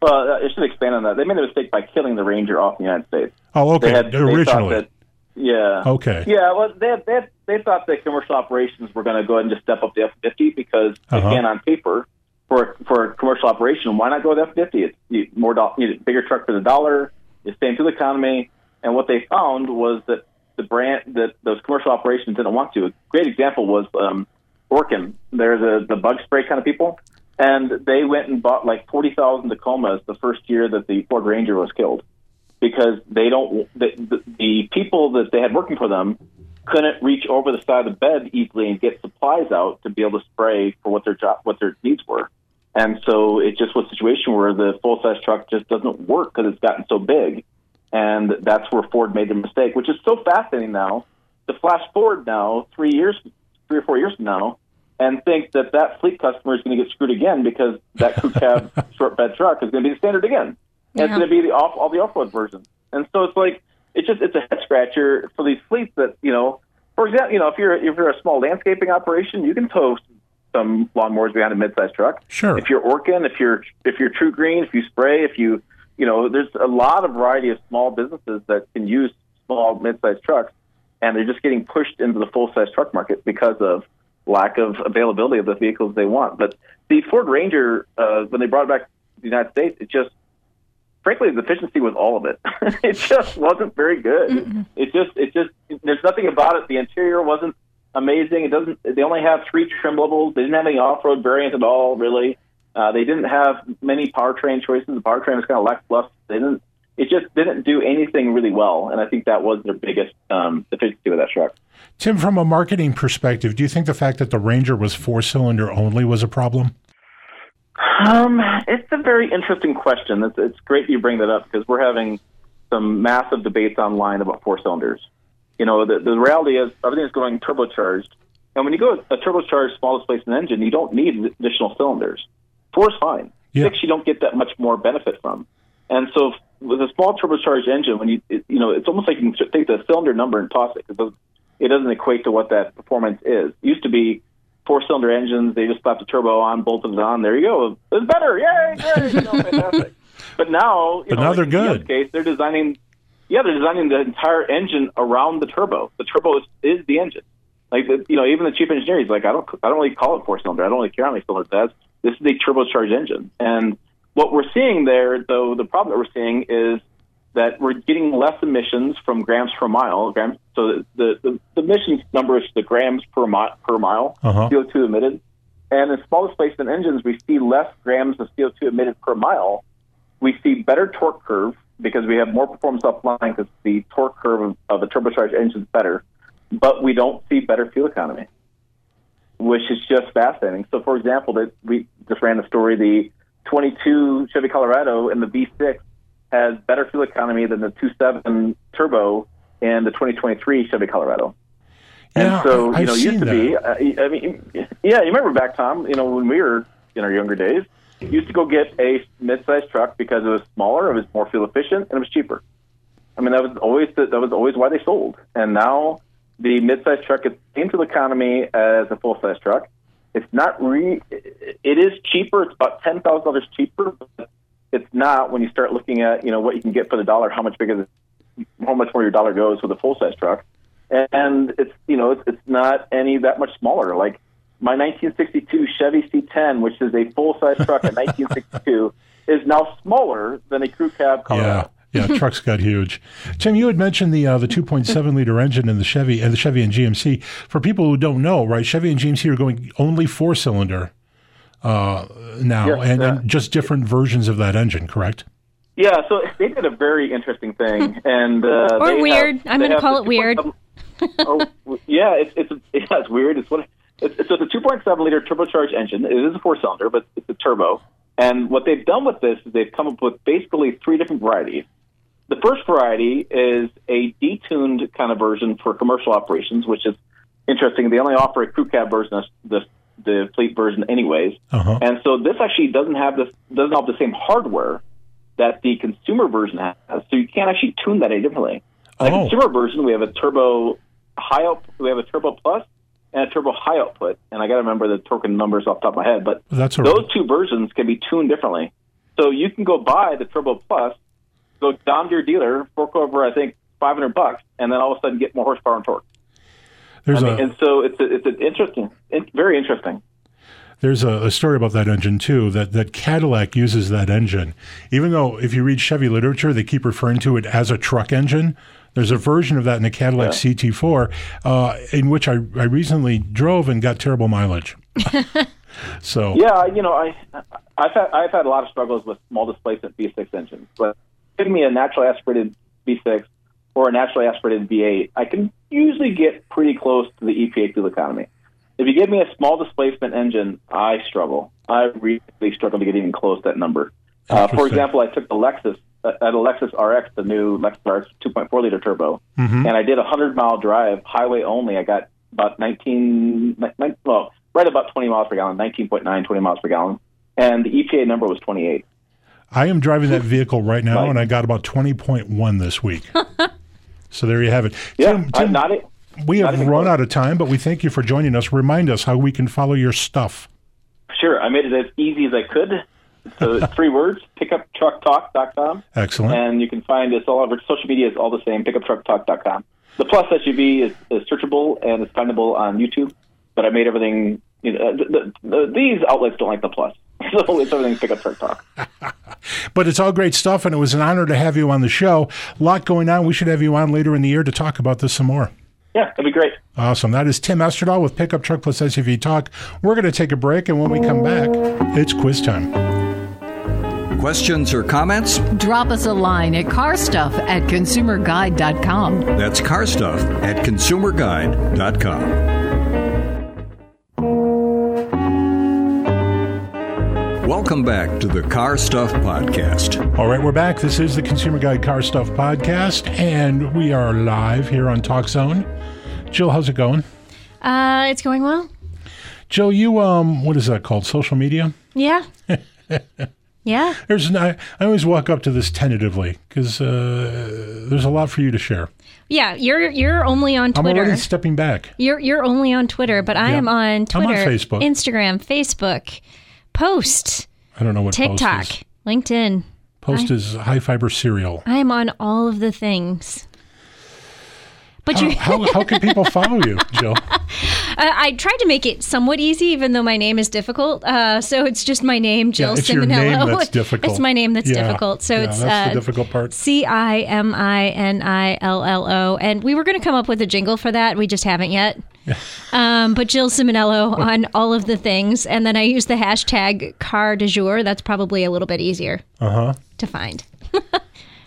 E: Well, uh, I should expand on that. They made a mistake by killing the Ranger off in the United States.
C: Oh, okay.
E: They had they thought
C: Originally. Oh,
E: that, yeah.
C: okay.
E: Yeah, well, they they they thought that commercial operations were going to go ahead and just step up the F fifty because
C: Uh-huh.
E: again, on paper, for for a commercial operation, why not go with F fifty? It's you, more do- you know, bigger truck for the dollar. It's same to the economy. And what they found was that the brand that those commercial operations didn't want to. A great example was um, Orkin. They're the the bug spray kind of people, and they went and bought like forty thousand Tacomas the first year that the Ford Ranger was killed because they don't the, the, the people that they had working for them couldn't reach over the side of the bed easily and get supplies out to be able to spray for what their job what their needs were and so it just was a situation where the full size truck just doesn't work because it's gotten so big and that's where ford made the mistake which is so fascinating now to flash forward now three years three or four years from now and think that that fleet customer is going to get screwed again because that crew cab short bed truck is going to be the standard again and it's
D: Yeah.
E: going to be the off all the off road versions. And so it's like it's just it's a head scratcher for these fleets that you know. For example, you know if you're if you're a small landscaping operation, you can tow some lawnmowers behind a midsize truck.
C: Sure.
E: If you're Orkin, if you're if you're True Green, if you spray, if you you know, there's a lot of variety of small businesses that can use small midsize trucks, and they're just getting pushed into the full size truck market because of lack of availability of the vehicles they want. But the Ford Ranger, uh, when they brought it back to the United States, it just frankly, the efficiency was all of it. it just wasn't very good. It just, it just, there's nothing about it. The interior wasn't amazing. It doesn't. They only have three trim levels. They didn't have any off-road variants at all, really. Uh, they didn't have many powertrain choices. The powertrain was kind of lackluster. They didn't. It just didn't do anything really well, and I think that was their biggest um, deficiency with that truck.
C: Tim, from a marketing perspective, do you think the fact that the Ranger was four cylinder only was a problem?
E: Um, it's a very interesting question. It's, it's great you bring that up because we're having some massive debates online about four cylinders. You know, the, the reality is everything is going turbocharged. And when you go a turbocharged, small displacement engine, you don't need additional cylinders. Four's fine.
C: Yeah.
E: Six, you don't get that much more benefit from. And so with a small turbocharged engine, when you, it, you know, it's almost like you can take the cylinder number and toss it because it doesn't equate to what that performance is. It used to be four cylinder engines, they just slapped a turbo on, bolted it on, there you go. It's better. Yay, great, you know, fantastic. But now, you
C: But
E: know,
C: now they're
E: in Kia's
C: good.
E: Case, they're designing, yeah, they're designing the entire engine around the turbo. The turbo is, is the engine. Like the, you know, even the chief engineer, he's like, I don't, I don't really call it four cylinder. I don't really care how many cylinders it has. This is a turbocharged engine. And what we're seeing there, though, the problem that we're seeing is that we're getting less emissions from grams per mile. Grams, so the, the, the emissions number is the grams per, mi- per mile
C: Uh-huh.
E: CO2 emitted. And in small displacement engines, we see less grams of CO2 emitted per mile. We see better torque curve because we have more performance offline because the torque curve of, of a turbocharged engine is better. But we don't see better fuel economy, which is just fascinating. So, for example, that we just ran a story: the 22 Chevy Colorado and the V6 has better fuel economy than the 27 turbo and the 2023 Chevy Colorado. And
C: Yeah,
E: so,
C: I-
E: you know,
C: I've
E: it used
C: seen
E: to be, uh, I mean, yeah, you remember back, Tom, you know, when we were in our younger days, you used to go get a mid-sized truck because it was smaller, it was more fuel efficient, and it was cheaper. I mean, that was always the, that was always why they sold. And now the mid-sized truck is into the economy as a full-size truck. It's not re. It is cheaper. It's about ten thousand dollars cheaper. But it's not when you start looking at you know what you can get for the dollar, how much bigger, the, how much more your dollar goes with a full-size truck, and it's you know it's, it's not any that much smaller. Like my 1962 Chevy C10, which is a full-size truck in 1962, is now smaller than a crew cab Colorado.
C: Yeah. Yeah, trucks got huge. Tim, you had mentioned the uh, the 2.7 liter engine in the Chevy and the Chevy and GMC. For people who don't know, right, Chevy and GMC are going only four cylinder uh, now,
E: Yes,
C: and,
E: yeah.
C: and just different versions of that engine, correct?
E: Yeah, so they did a very interesting thing, and uh,
D: Or
E: they have-
D: weird. I'm
E: they
D: gonna
E: have
D: call
E: the
D: it weird.
E: 2.7 or, w- Oh, yeah, it's it's yeah, it's weird. It's what it's, it's- so the 2.7 liter turbocharged engine. It is a four cylinder, but it's a turbo. And what they've done with this is they've come up with basically three different varieties. The first variety is a detuned kind of version for commercial operations, which is interesting. They only offer a crew cab version, of the the fleet version, anyways.
C: Uh-huh.
E: And so this actually doesn't have this doesn't have the same hardware that the consumer version has, so you can't actually tune that any differently.
C: Oh.
E: In The consumer version, we have a turbo high out, we have a turbo plus and a turbo high output, and I got to remember the token numbers off the top of my head, but
C: That's all right.
E: those two versions can be tuned differently. So you can go buy the turbo plus, go down to your dealer, fork over I think five hundred bucks, and then all of a sudden get more horsepower and torque.
C: There's
E: I mean,
C: a
E: and so it's a, it's an interesting, it's very interesting.
C: There's a, a story about that engine too. That that Cadillac uses that engine, even though if you read Chevy literature, they keep referring to it as a truck engine. There's a version of that in the Cadillac CT4, uh, in which I, I recently drove and got terrible mileage. so
E: Yeah, you know, I I've had I've had a lot of struggles with small displacement V6 engines, but give me a naturally aspirated V6 or a naturally aspirated V8, I can usually get pretty close to the E EPA fuel economy. If you give me a small displacement engine, I struggle. I really struggle to get even close to that number. Uh, for
C: Interesting.
E: example, I took the Lexus, uh, at a Lexus RX, the new Lexus RX 2.4 liter turbo,
C: Mm-hmm.
E: and I did a 100 mile drive, highway only. I got about 19, ni- ni- well, right about 20 miles per gallon, 19.9, 20 miles per gallon. And the EPA number was 28.
C: I am driving that vehicle right now,
E: Right.
C: and I got about 20.1 this week. so there you have it.
E: Yeah,
C: Tim,
E: I-
C: Tim,
E: not e, it.
C: we
E: not
C: have
E: even
C: run
E: close.
C: out of time, but we thank you for joining us. Remind us how we can follow your stuff.
E: Sure, I made it as easy as I could. So it's three words, pickuptrucktalk.com.
C: Excellent.
E: And you can find us all over social media is all the same, pickuptrucktalk.com. The plus SUV is, is searchable and it's findable on YouTube, but I made everything, you know, the, the, the, these outlets don't like the plus. So it's everything pickup truck talk.
C: But it's all great stuff, and it was an honor to have you on the show. A lot going on. We should have you on later in the year to talk about this some more.
E: Yeah, that'd be great.
C: Awesome. That is Tim Esterdahl with Pickup Truck Plus SUV Talk. We're going to take a break, and when we come back, it's quiz time.
A: Questions or comments?
B: Drop us a line at carstuff at consumerguide.com.
A: That's car stuff at consumerguide.com. Welcome back to the Car Stuff Podcast.
C: All right, we're back. This is the Consumer Guide Car Stuff Podcast, and we are live here on Talk Zone. Jill, how's it going?
D: Uh, it's going well.
C: Jill, you um, what is that called? Social media?
D: Yeah. yeah.
C: There's an, I, I always walk up to this tentatively because uh, there's a lot for you to share.
D: Yeah. You're you're only on
C: I'm
D: Twitter.
C: already stepping back.
D: You're you're only on Twitter, but I
C: Yeah.
D: am on
C: I'm on
D: Twitter,
C: Facebook.
D: Instagram, Facebook, Post,
C: I don't know what
D: TikTok,
C: Post is.
D: LinkedIn.
C: Post is high fiber cereal.
D: I am on all of the things. But
C: How,
D: you,
C: how, how can people follow you, Jill?
D: Uh, I, I tried to make it somewhat easy, even though my name is difficult. Uh, so it's just my name, Jill
C: it's your name
D: Simonello.
C: that's difficult.
D: it's my name that's
C: Yeah.
D: difficult. So
C: Yeah,
D: it's
C: that's
D: uh,
C: the difficult part.
D: C I M I N I L L O. And we were going to come up with a jingle for that. We just haven't yet. um, but Jill Simonello on all of the things. And then I use the hashtag car du jour. That's probably a little bit easier
C: Uh-huh.
D: to find.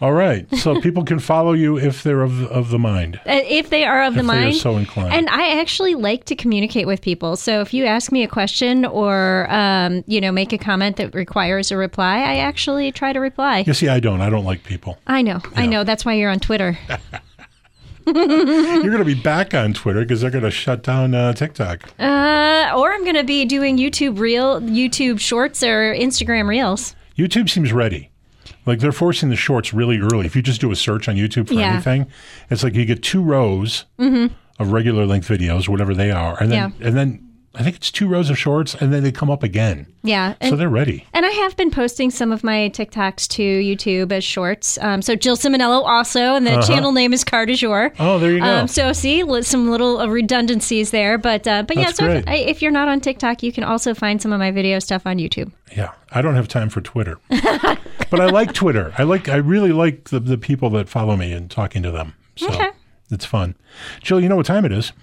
C: All right. So people can follow you if they're of, of the mind.
D: Uh, if they are of the
C: If they are
D: mind
C: so inclined.
D: and i actually like to communicate with people so if you ask me a question or um, you know make a comment that requires a reply i actually try to reply
C: You see, I don't. I don't like people.
D: i know i know that's why you're on twitter
C: You're going to be back on Twitter because they're going to shut down uh, TikTok.
D: uh, or i'm going to be doing youtube reel youtube shorts or instagram reels
C: YouTube seems ready. Like they're forcing the shorts really early. If you just do a search on YouTube for
D: Yeah. Mm-hmm.
C: anything, it's like you get two rows of regular length videos, whatever they are, and then and then I think it's two rows of shorts, and then they come up again.
D: yeah and,
C: so they're ready.
D: and i have been posting some of my tiktoks to youtube as shorts um, so jill simonello also and the channel name is car du jour
C: Uh-huh. Oh, there you go.
D: Um, so see li- some little uh, redundancies there, but uh, but yeah.
C: That's
D: so if,
C: great.
D: I, if you're not on TikTok, you can also find some of my video stuff on YouTube.
C: yeah, I don't have time for Twitter, but I like Twitter. I like I really like the the people that follow me and talking to them. So
D: Okay.
C: it's fun. Jill, you know what time it is?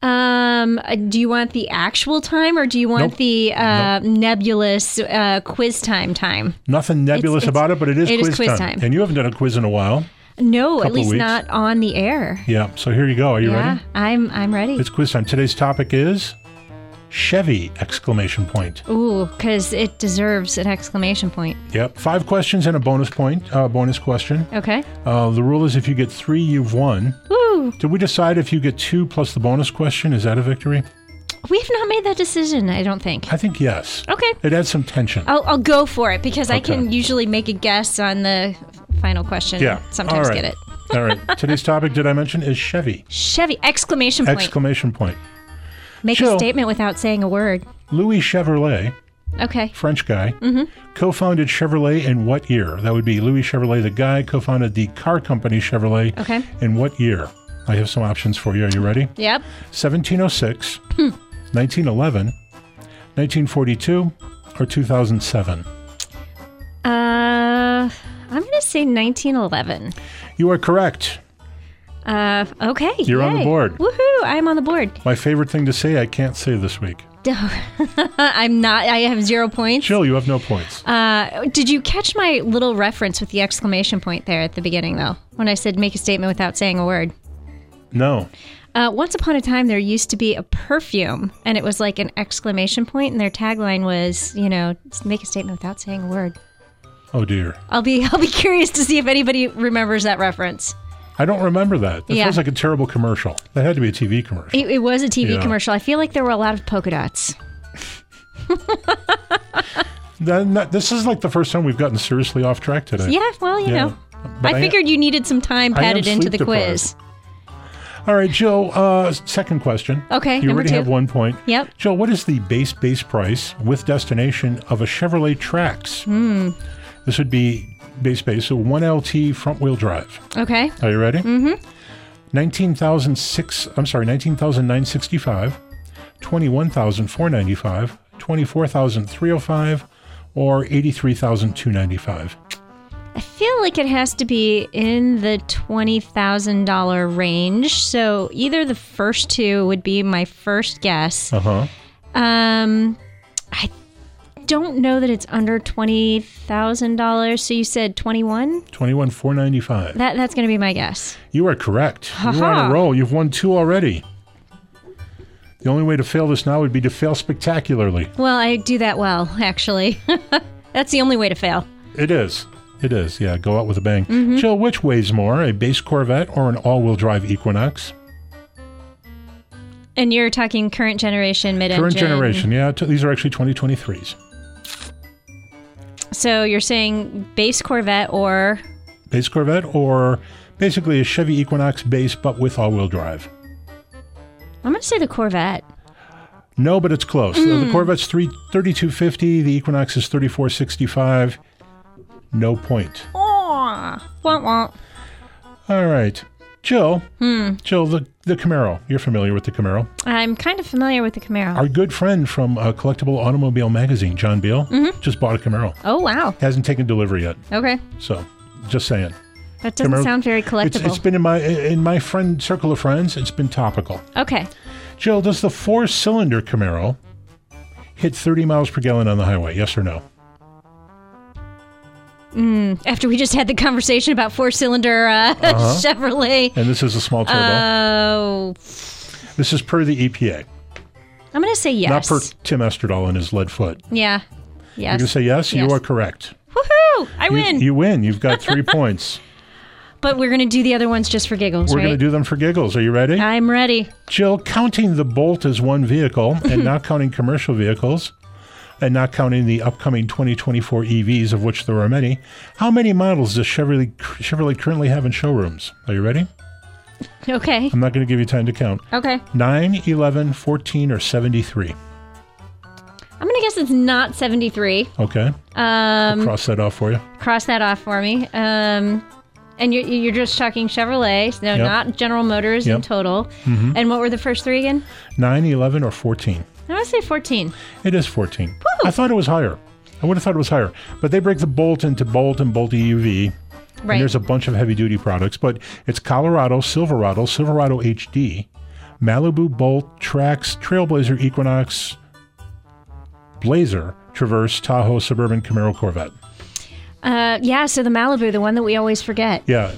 D: Um, uh, do you want the actual time or do you want
C: Nope.
D: the uh, nebulous uh, quiz time time?
C: Nothing nebulous
D: it's-
C: about it, but it is,
D: it is
C: quiz,
D: quiz
C: time.
D: time.
C: And you haven't done a quiz in a while.
D: No, at
C: Couple
D: least
C: weeks.
D: not on the air.
C: Yeah. So here you go. Are you
D: yeah,
C: ready?
D: I'm I'm ready.
C: It's quiz time. Today's topic is Chevy exclamation point.
D: Ooh, because it deserves an exclamation point.
C: Yep. Five questions and a bonus point, uh, bonus question.
D: Okay.
C: Uh, the rule is if you get three, you've won.
D: Ooh,
C: Did we decide if you get two plus the bonus question, is that a victory?
D: we have not made that decision. I don't think.
C: I think yes.
D: Okay.
C: It adds some tension.
D: I'll, I'll go for it because I
C: Okay.
D: can usually make a guess on the final question.
C: yeah.
D: Sometimes
C: All right.
D: get it.
C: All right. Today's topic, did I mention, is Chevy
D: Chevy! Exclamation point.
C: exclamation point.
D: make
C: Jill.
D: a statement without saying a word.
C: Louis Chevrolet,
D: Okay.
C: French guy,
D: Mm-hmm.
C: co-founded Chevrolet in what year? That would be Louis Chevrolet, the guy co-founded the car company Chevrolet.
D: Okay.
C: In what year? I have some options for you. Are you ready?
D: Yep.
C: 1706,
D: Hmm.
C: 1911, 1942, or 2007?
D: Uh, I'm gonna say 1911.
C: You are correct.
D: Uh, okay.
C: You're on the
D: yay.
C: board.
D: Woohoo! I'm on the board.
C: My favorite thing to say I can't say this week.
D: I'm not. I have zero points.
C: Jill, you have no points.
D: Uh, did you catch my little reference with the exclamation point there at the beginning, though, when I said make a statement without saying a word?
C: no.
D: Uh, once upon a time, there used to be a perfume, and it was like an exclamation point, and their tagline was, you know, "Just make a statement without saying a word.
C: Oh dear.
D: I'll be, I'll be curious to see if anybody remembers that reference.
C: I don't remember that. That
D: Yeah.
C: sounds like a terrible commercial. That had to be a TV commercial.
D: It, it was a TV
C: Yeah.
D: commercial. I feel like there were a lot of polka dots.
C: Then that- this is like the first time we've gotten seriously off track today.
D: Yeah, well, you
C: Yeah.
D: know,
C: But uh,
D: I figured you needed some time
C: I am
D: padded into
C: sleep
D: the quiz.
C: All right, Jill. Uh, second question.
D: Okay,
C: You
D: number
C: already
D: two.
C: have one point.
D: Yep.
C: Jill, what is the base base price with destination of a Chevrolet Trax?
D: Hmm.
C: This would be base base, so one LT front wheel drive.
D: Okay,
C: Are you ready? Mm-hmm. Nineteen thousand six. I'm sorry, nineteen thousand nine sixty-five, twenty-one thousand four ninety-five, twenty-four thousand three hundred five, or eighty-three thousand two ninety-five.
D: I feel like it has to be in the twenty thousand dollar range. So either the first two would be my first guess.
C: Uh huh.
D: Um, I don't know that it's under twenty thousand dollars. So you said twenty one.
C: Twenty-one four ninety-five.
D: That that's going to be my guess.
C: You are correct. You're on
D: Ha-ha.
C: a roll. You've won two already. The only way to fail this now would be to fail spectacularly.
D: Well, I do that well, actually. That's the only way to fail.
C: It is. It is. Yeah, go out with a bang. Jill, which weighs more, a base Corvette or an all-wheel drive Equinox?
D: And you're talking current generation mid-engine.
C: Current generation. Yeah, t- these are actually 2023s.
D: So you're saying base Corvette or
C: Base Corvette or basically a Chevy Equinox base but with all-wheel drive.
D: I'm going to say the Corvette.
C: No, but it's close. Uh,
D: Hmm.
C: The Corvette's three, 3250, the Equinox is 3465. No point.
D: Oh, womp womp.
C: All right. Jill,
D: Hmm.
C: Jill, the, the Camaro. You're familiar with the Camaro.
D: I'm kind of familiar with the Camaro.
C: Our good friend from uh, Collectible Automobile Magazine, John Beale,
D: Mm-hmm.
C: just bought a Camaro.
D: oh wow.
C: Hasn't taken delivery yet.
D: Okay,
C: So, just saying.
D: that doesn't
C: Camaro-
D: sound very collectible.
C: It's, it's been in my in my friend circle of friends. It's been topical.
D: okay,
C: Jill, does the four-cylinder Camaro hit 30 miles per gallon on the highway? Yes or no?
D: after we just had the conversation about four-cylinder uh, Chevrolet.
C: And this is a small Uh-huh. turbo.
D: Oh,
C: this is per the EPA,
D: I'm going to say
C: not
D: yes.
C: per Tim Estradol and his lead foot.
D: yeah,
C: You're
D: yes.
C: going to say yes?
D: Yes.
C: You are correct.
D: Woohoo! I
C: You-
D: win.
C: You, win. You've got three points.
D: but we're going to do the other ones just for giggles,
C: We're
D: right? Uh,
C: going to do them for giggles. Are you ready?
D: I'm ready.
C: Jill, counting the Bolt as one vehicle and not counting commercial vehicles and not counting the upcoming 2024 EVs, of which there are many, how many models does Chevrolet, Chevrolet currently have in showrooms? Are you ready?
D: Okay.
C: I'm not going to give you time to count.
D: Okay.
C: 9, 11, 14, or 73.
D: I'm going to guess it's not 73.
C: Okay.
D: Um,
C: Cross that off for you.
D: cross that off for me. Um, and you're, you're just talking Chevrolet, no,
C: Yep.
D: not General Motors in
C: Yep. Mm-hmm.
D: total. And what were the first three again?
C: 9, 11, or 14.
D: I want to say 14.
C: It is 14. I thought it was higher. I would have thought it was higher. But they break the Bolt into Bolt and Bolt EUV.
D: Right.
C: And there's a bunch of heavy duty products, but it's Colorado, Silverado, Silverado HD, Malibu, Bolt, Trax, Trailblazer, Equinox, Blazer, Traverse, Tahoe, Suburban, Camaro, Corvette.
D: uh, yeah, so the Malibu, the one that we always forget.
C: Yeah.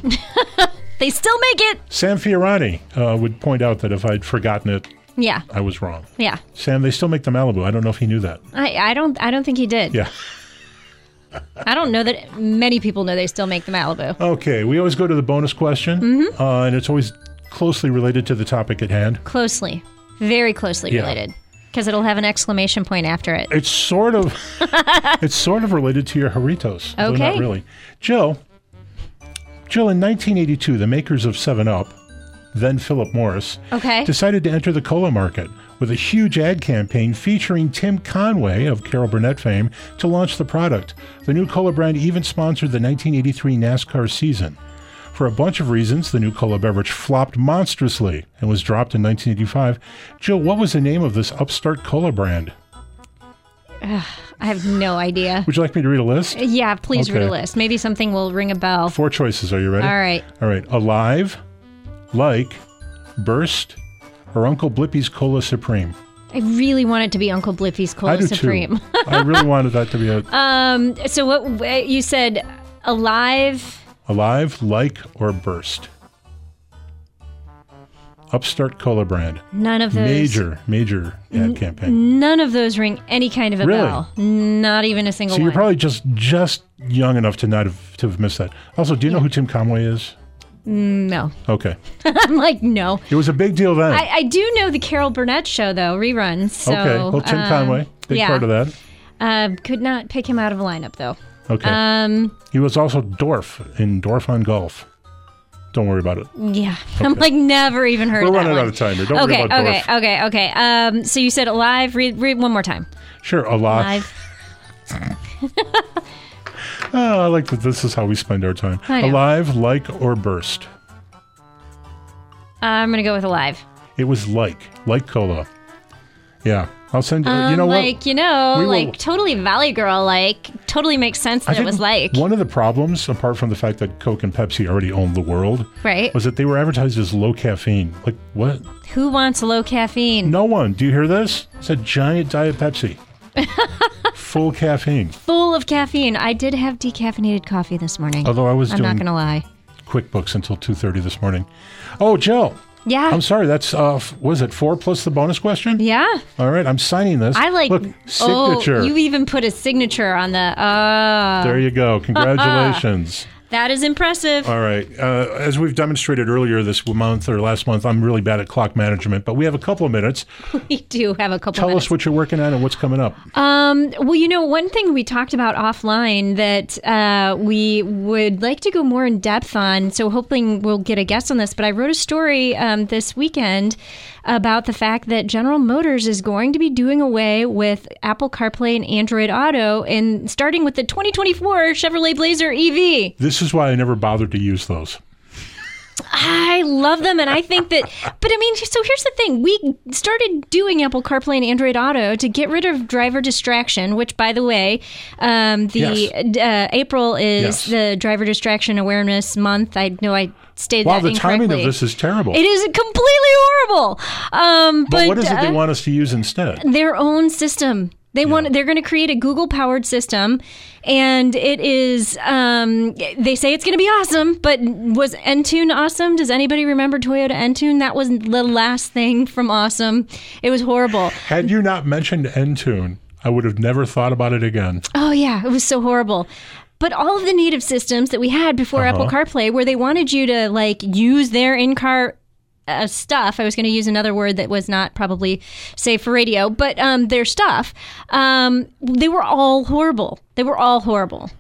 D: They still make it.
C: Sam Fiorani uh, would point out that if I'd forgotten it,
D: Yeah,
C: I was wrong.
D: yeah.
C: Sam, they still make the Malibu. I don't know if he knew that.
D: I, I don't I don't think he did.
C: Yeah.
D: I don't know that many people know they still make the Malibu.
C: Okay. We always go to the bonus question, mm-hmm. uh, and it's always closely related to the topic at hand.
D: Closely, very closely
C: Yeah.
D: related, because it'll have an exclamation point after it.
C: It's sort of it's sort of related to your Jarritos. though
D: Okay.
C: Not really. Jill. Jill, in 1982, the makers of 7 Up, then Philip Morris,
D: Okay.
C: decided to enter the cola market with a huge ad campaign featuring Tim Conway of Carol Burnett fame to launch the product. The new cola brand even sponsored the 1983 NASCAR season. For a bunch of reasons, the new cola beverage flopped monstrously and was dropped in 1985. Jill, what was the name of this upstart cola brand?
D: I have no idea.
C: Would you like me to read a list?
D: Yeah, please read a
C: Okay.
D: list. Maybe something will ring a bell.
C: Four choices. Are you ready?
D: All right.
C: All right. Alive, Like, Burst, or Uncle Blippi's Cola Supreme?
D: I really want it to be Uncle Bliffy's Cola
C: I do
D: Supreme.
C: too. I really wanted that to be a,
D: Um, so what uh, you said, alive?
C: Alive, Like, or Burst. Upstart Cola brand.
D: None of those.
C: Major, major ad campaign.
D: None of those ring any kind of a
C: Really?
D: bell. Not even a single
C: So you're
D: one.
C: probably just just young enough to not have to have missed that. Also, do you know who Tim Conway is?
D: no,
C: Okay,
D: I'm like no.
C: it was a big deal then.
D: I, I do know the Carol Burnett show though reruns. So,
C: okay, well Tim
D: um,
C: Conway, big
D: yeah.
C: part of that.
D: Uh, could not pick him out of a lineup though.
C: Okay.
D: Um,
C: He was also Dorf in Dorf on Golf. Don't worry about it.
D: yeah, I'm like never even heard.
C: We're
D: of that
C: running
D: one.
C: out of time here. Don't worry
D: okay,
C: about
D: okay, oh.
C: Dorf.
D: okay, okay. Um, so you said alive. Read, read one more time.
C: Sure, a lot.
D: Alive.
C: Oh, I like that this is how we spend our time.
D: I know.
C: Alive, like, or burst.
D: Uh, I'm gonna go with alive.
C: It was like, like cola. Yeah. I'll send you.
D: Um,
C: know what?
D: like you know,
C: We will-
D: like totally Valley Girl, like totally makes sense
C: I
D: that it
C: think
D: was like
C: One of the problems, apart from the fact that Coke and Pepsi already owned the world,
D: right.
C: was that they were advertised as low caffeine. Like, what?
D: Who wants low caffeine?
C: No one. Do you hear this? It's a giant Diet Pepsi. Full caffeine.
D: Full of caffeine. I did have decaffeinated coffee this morning.
C: Although I was
D: I'm
C: doing
D: not gonna lie.
C: QuickBooks until 2.30 this morning. Oh, Jill,
D: Yeah.
C: I'm sorry. That's uh, f- was it four plus the bonus question?
D: yeah.
C: All right, I'm signing this.
D: I like
C: Look, signature.
D: Oh, you even put a signature on the. Uh,
C: there you go. Congratulations.
D: that is impressive.
C: All right. Uh, as we've demonstrated earlier this month or last month, I'm really bad at clock management, but we have a couple of minutes.
D: we do have a couple.
C: Tell
D: minutes.
C: us what you're working on and what's coming up.
D: Um, well, you know, one thing we talked about offline that uh, we would like to go more in depth on, so hoping we'll get a guest on this, but I wrote a story um, this weekend about the fact that General Motors is going to be doing away with Apple CarPlay and Android Auto and starting with the 2024 Chevrolet Blazer E EV.
C: This is why I never bothered to use those.
D: I love them, and I think that. But I mean, so here's the thing: we started doing Apple CarPlay and Android Auto to get rid of driver distraction. Which, by the way, um, the
C: Yes.
D: uh, April
C: Yes.
D: is the Driver Distraction Awareness Month. I know I stated
C: Wow,
D: that
C: the timing of
D: incorrectly.
C: this is terrible.
D: It is completely horrible. Um, but,
C: but, what is it they
D: uh,
C: want us to use instead?
D: their own system. They want they're going to create a Google powered system and it is um, they say it's going to be awesome, but was Entune awesome? Does anybody remember Toyota Entune? That was the last thing from awesome. It was horrible.
C: Had you not mentioned Entune, I would have never thought about it again.
D: Oh yeah, it was so horrible. But all of the native systems that we had before Apple CarPlay, where they wanted you to like use their in-car uh, stuff. I was going to use another word that was not probably safe for radio, but um, their stuff. Um, they were all horrible. They were all horrible.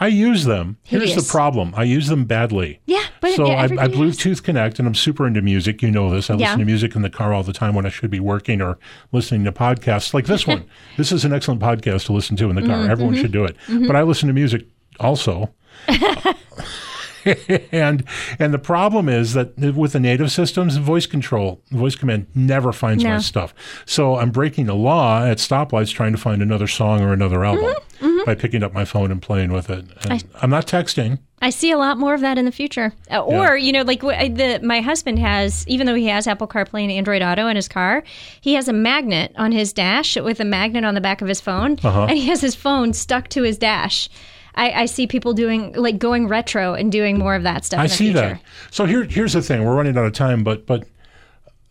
C: I use them. Here's
D: Hideous.
C: the problem. I use them badly.
D: Yeah, but
C: so I, I
D: everybody has.
C: Bluetooth Connect, and I'm super into music. You know this. I
D: Yeah.
C: listen to music in the car all the time when I should be working or listening to podcasts like this one. this is an excellent podcast to listen to in the car.
D: Mm-hmm,
C: Everyone should do it. But I listen to music also. and and the problem is that with the native systems, voice control, voice command never finds my
D: No.
C: stuff. So I'm breaking the law at stoplights trying to find another song or another
D: Mm-hmm,
C: album by picking up my phone and playing with it. And I'm not texting.
D: I see a lot more of that in the future. Uh, or, you know, like wh- I- the, my husband has, even though he has Apple CarPlay and Android Auto in his car, he has a magnet on his dash with a magnet on the back of his phone,
C: Uh-huh.
D: and he has his phone stuck to his dash. I, I see people doing, like going retro and doing more of that stuff.
C: I
D: in the
C: see
D: future.
C: that. So here, here's the thing. We're running out of time, but but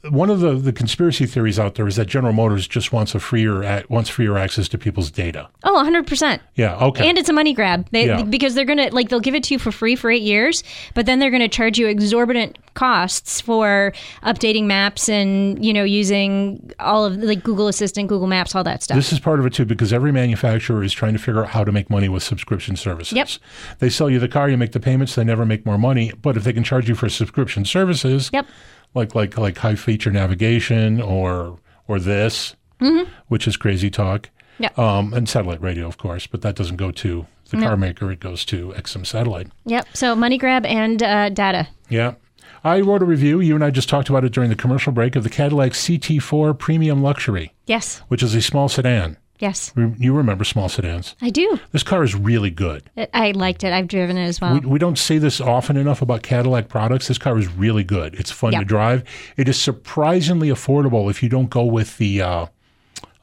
C: one of the, the conspiracy theories out there is that General Motors just wants a freer ac- wants freer access to people's data.
D: Oh, 100%.
C: Yeah. Okay.
D: And it's a money grab they,
C: Yeah.
D: because they're gonna like they'll give it to you for free for eight years, but then they're gonna charge you exorbitant costs for updating maps and you know using all of like Google Assistant, Google Maps, all that stuff.
C: this is part of it too, because every manufacturer is trying to figure out how to make money with subscription services.
D: Yep.
C: They sell you the car, you make the payments, they never make more money. But if they can charge you for subscription services,
D: Yep.
C: like like like high feature navigation or or this,
D: Mm-hmm.
C: which is crazy talk.
D: Yeah.
C: Um, and satellite radio, of course, but that doesn't go to the car maker; it goes to XM Satellite.
D: Yep. So money grab and uh, data.
C: Yeah. I wrote a review. You and I just talked about it during the commercial break of the Cadillac CT4 Premium Luxury,
D: Yes.
C: which is a small sedan.
D: Yes.
C: Re- You remember small sedans.
D: I do.
C: This car is really good.
D: I- I liked it. I've driven it as well.
C: We, we don't say this often enough about Cadillac products. This car is really good. It's fun
D: Yeah.
C: to drive. It is surprisingly affordable if you don't go with the uh,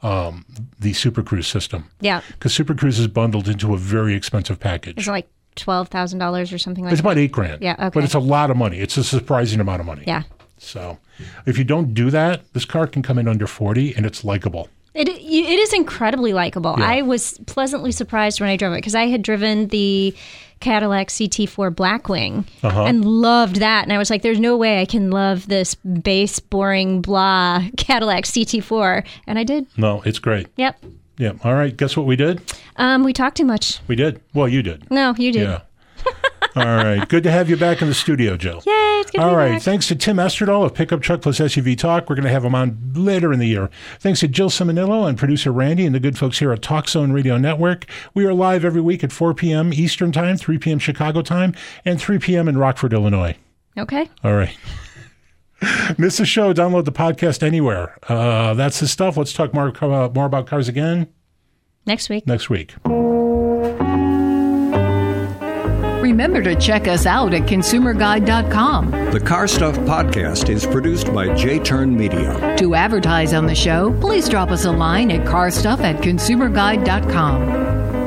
C: um, the Super Cruise system
D: yeah.
C: because Super Cruise is bundled into a very expensive package.
D: It's like twelve thousand dollars or something like
C: It's
D: that.
C: about eight grand.
D: Yeah, okay.
C: But it's a lot of money. It's a surprising amount of money.
D: Yeah.
C: So if you don't do that, this car can come in under 40 and it's likable.
D: It, it is incredibly likable. I was pleasantly surprised when I drove it because I had driven the Cadillac CT4 Blackwing
C: Uh-huh.
D: and loved that, and I was like, "There's no way I can love this base, boring, blah Cadillac CT4," and I did.
C: No, it's great.
D: Yep.
C: Yeah. All right. Guess what we did?
D: Um, we talked too much.
C: We did. Well, you did.
D: No, you did.
C: Yeah. All right. Good to have you back in the studio, Jill.
D: Yay! It's good
C: All
D: to be
C: right.
D: back.
C: Thanks to Tim Esterdahl of Pickup Truck Plus SUV Talk. We're going to have him on later in the year. Thanks to Jill Simonillo and producer Randy and the good folks here at Talk Zone Radio Network. We are live every week at 4 p.m. Eastern Time, 3 p.m. Chicago time, and 3 p.m. in Rockford, Illinois.
D: Okay.
C: All right. Miss the show? Download the podcast anywhere. Uh, that's the stuff. Let's talk more, uh, more about cars again
D: Next week.
C: next week.
B: Remember to check us out at consumerguide.com.
A: The Car Stuff Podcast is produced by J Turn Media.
B: To advertise on the show, please drop us a line at carstuff at consumerguide.com.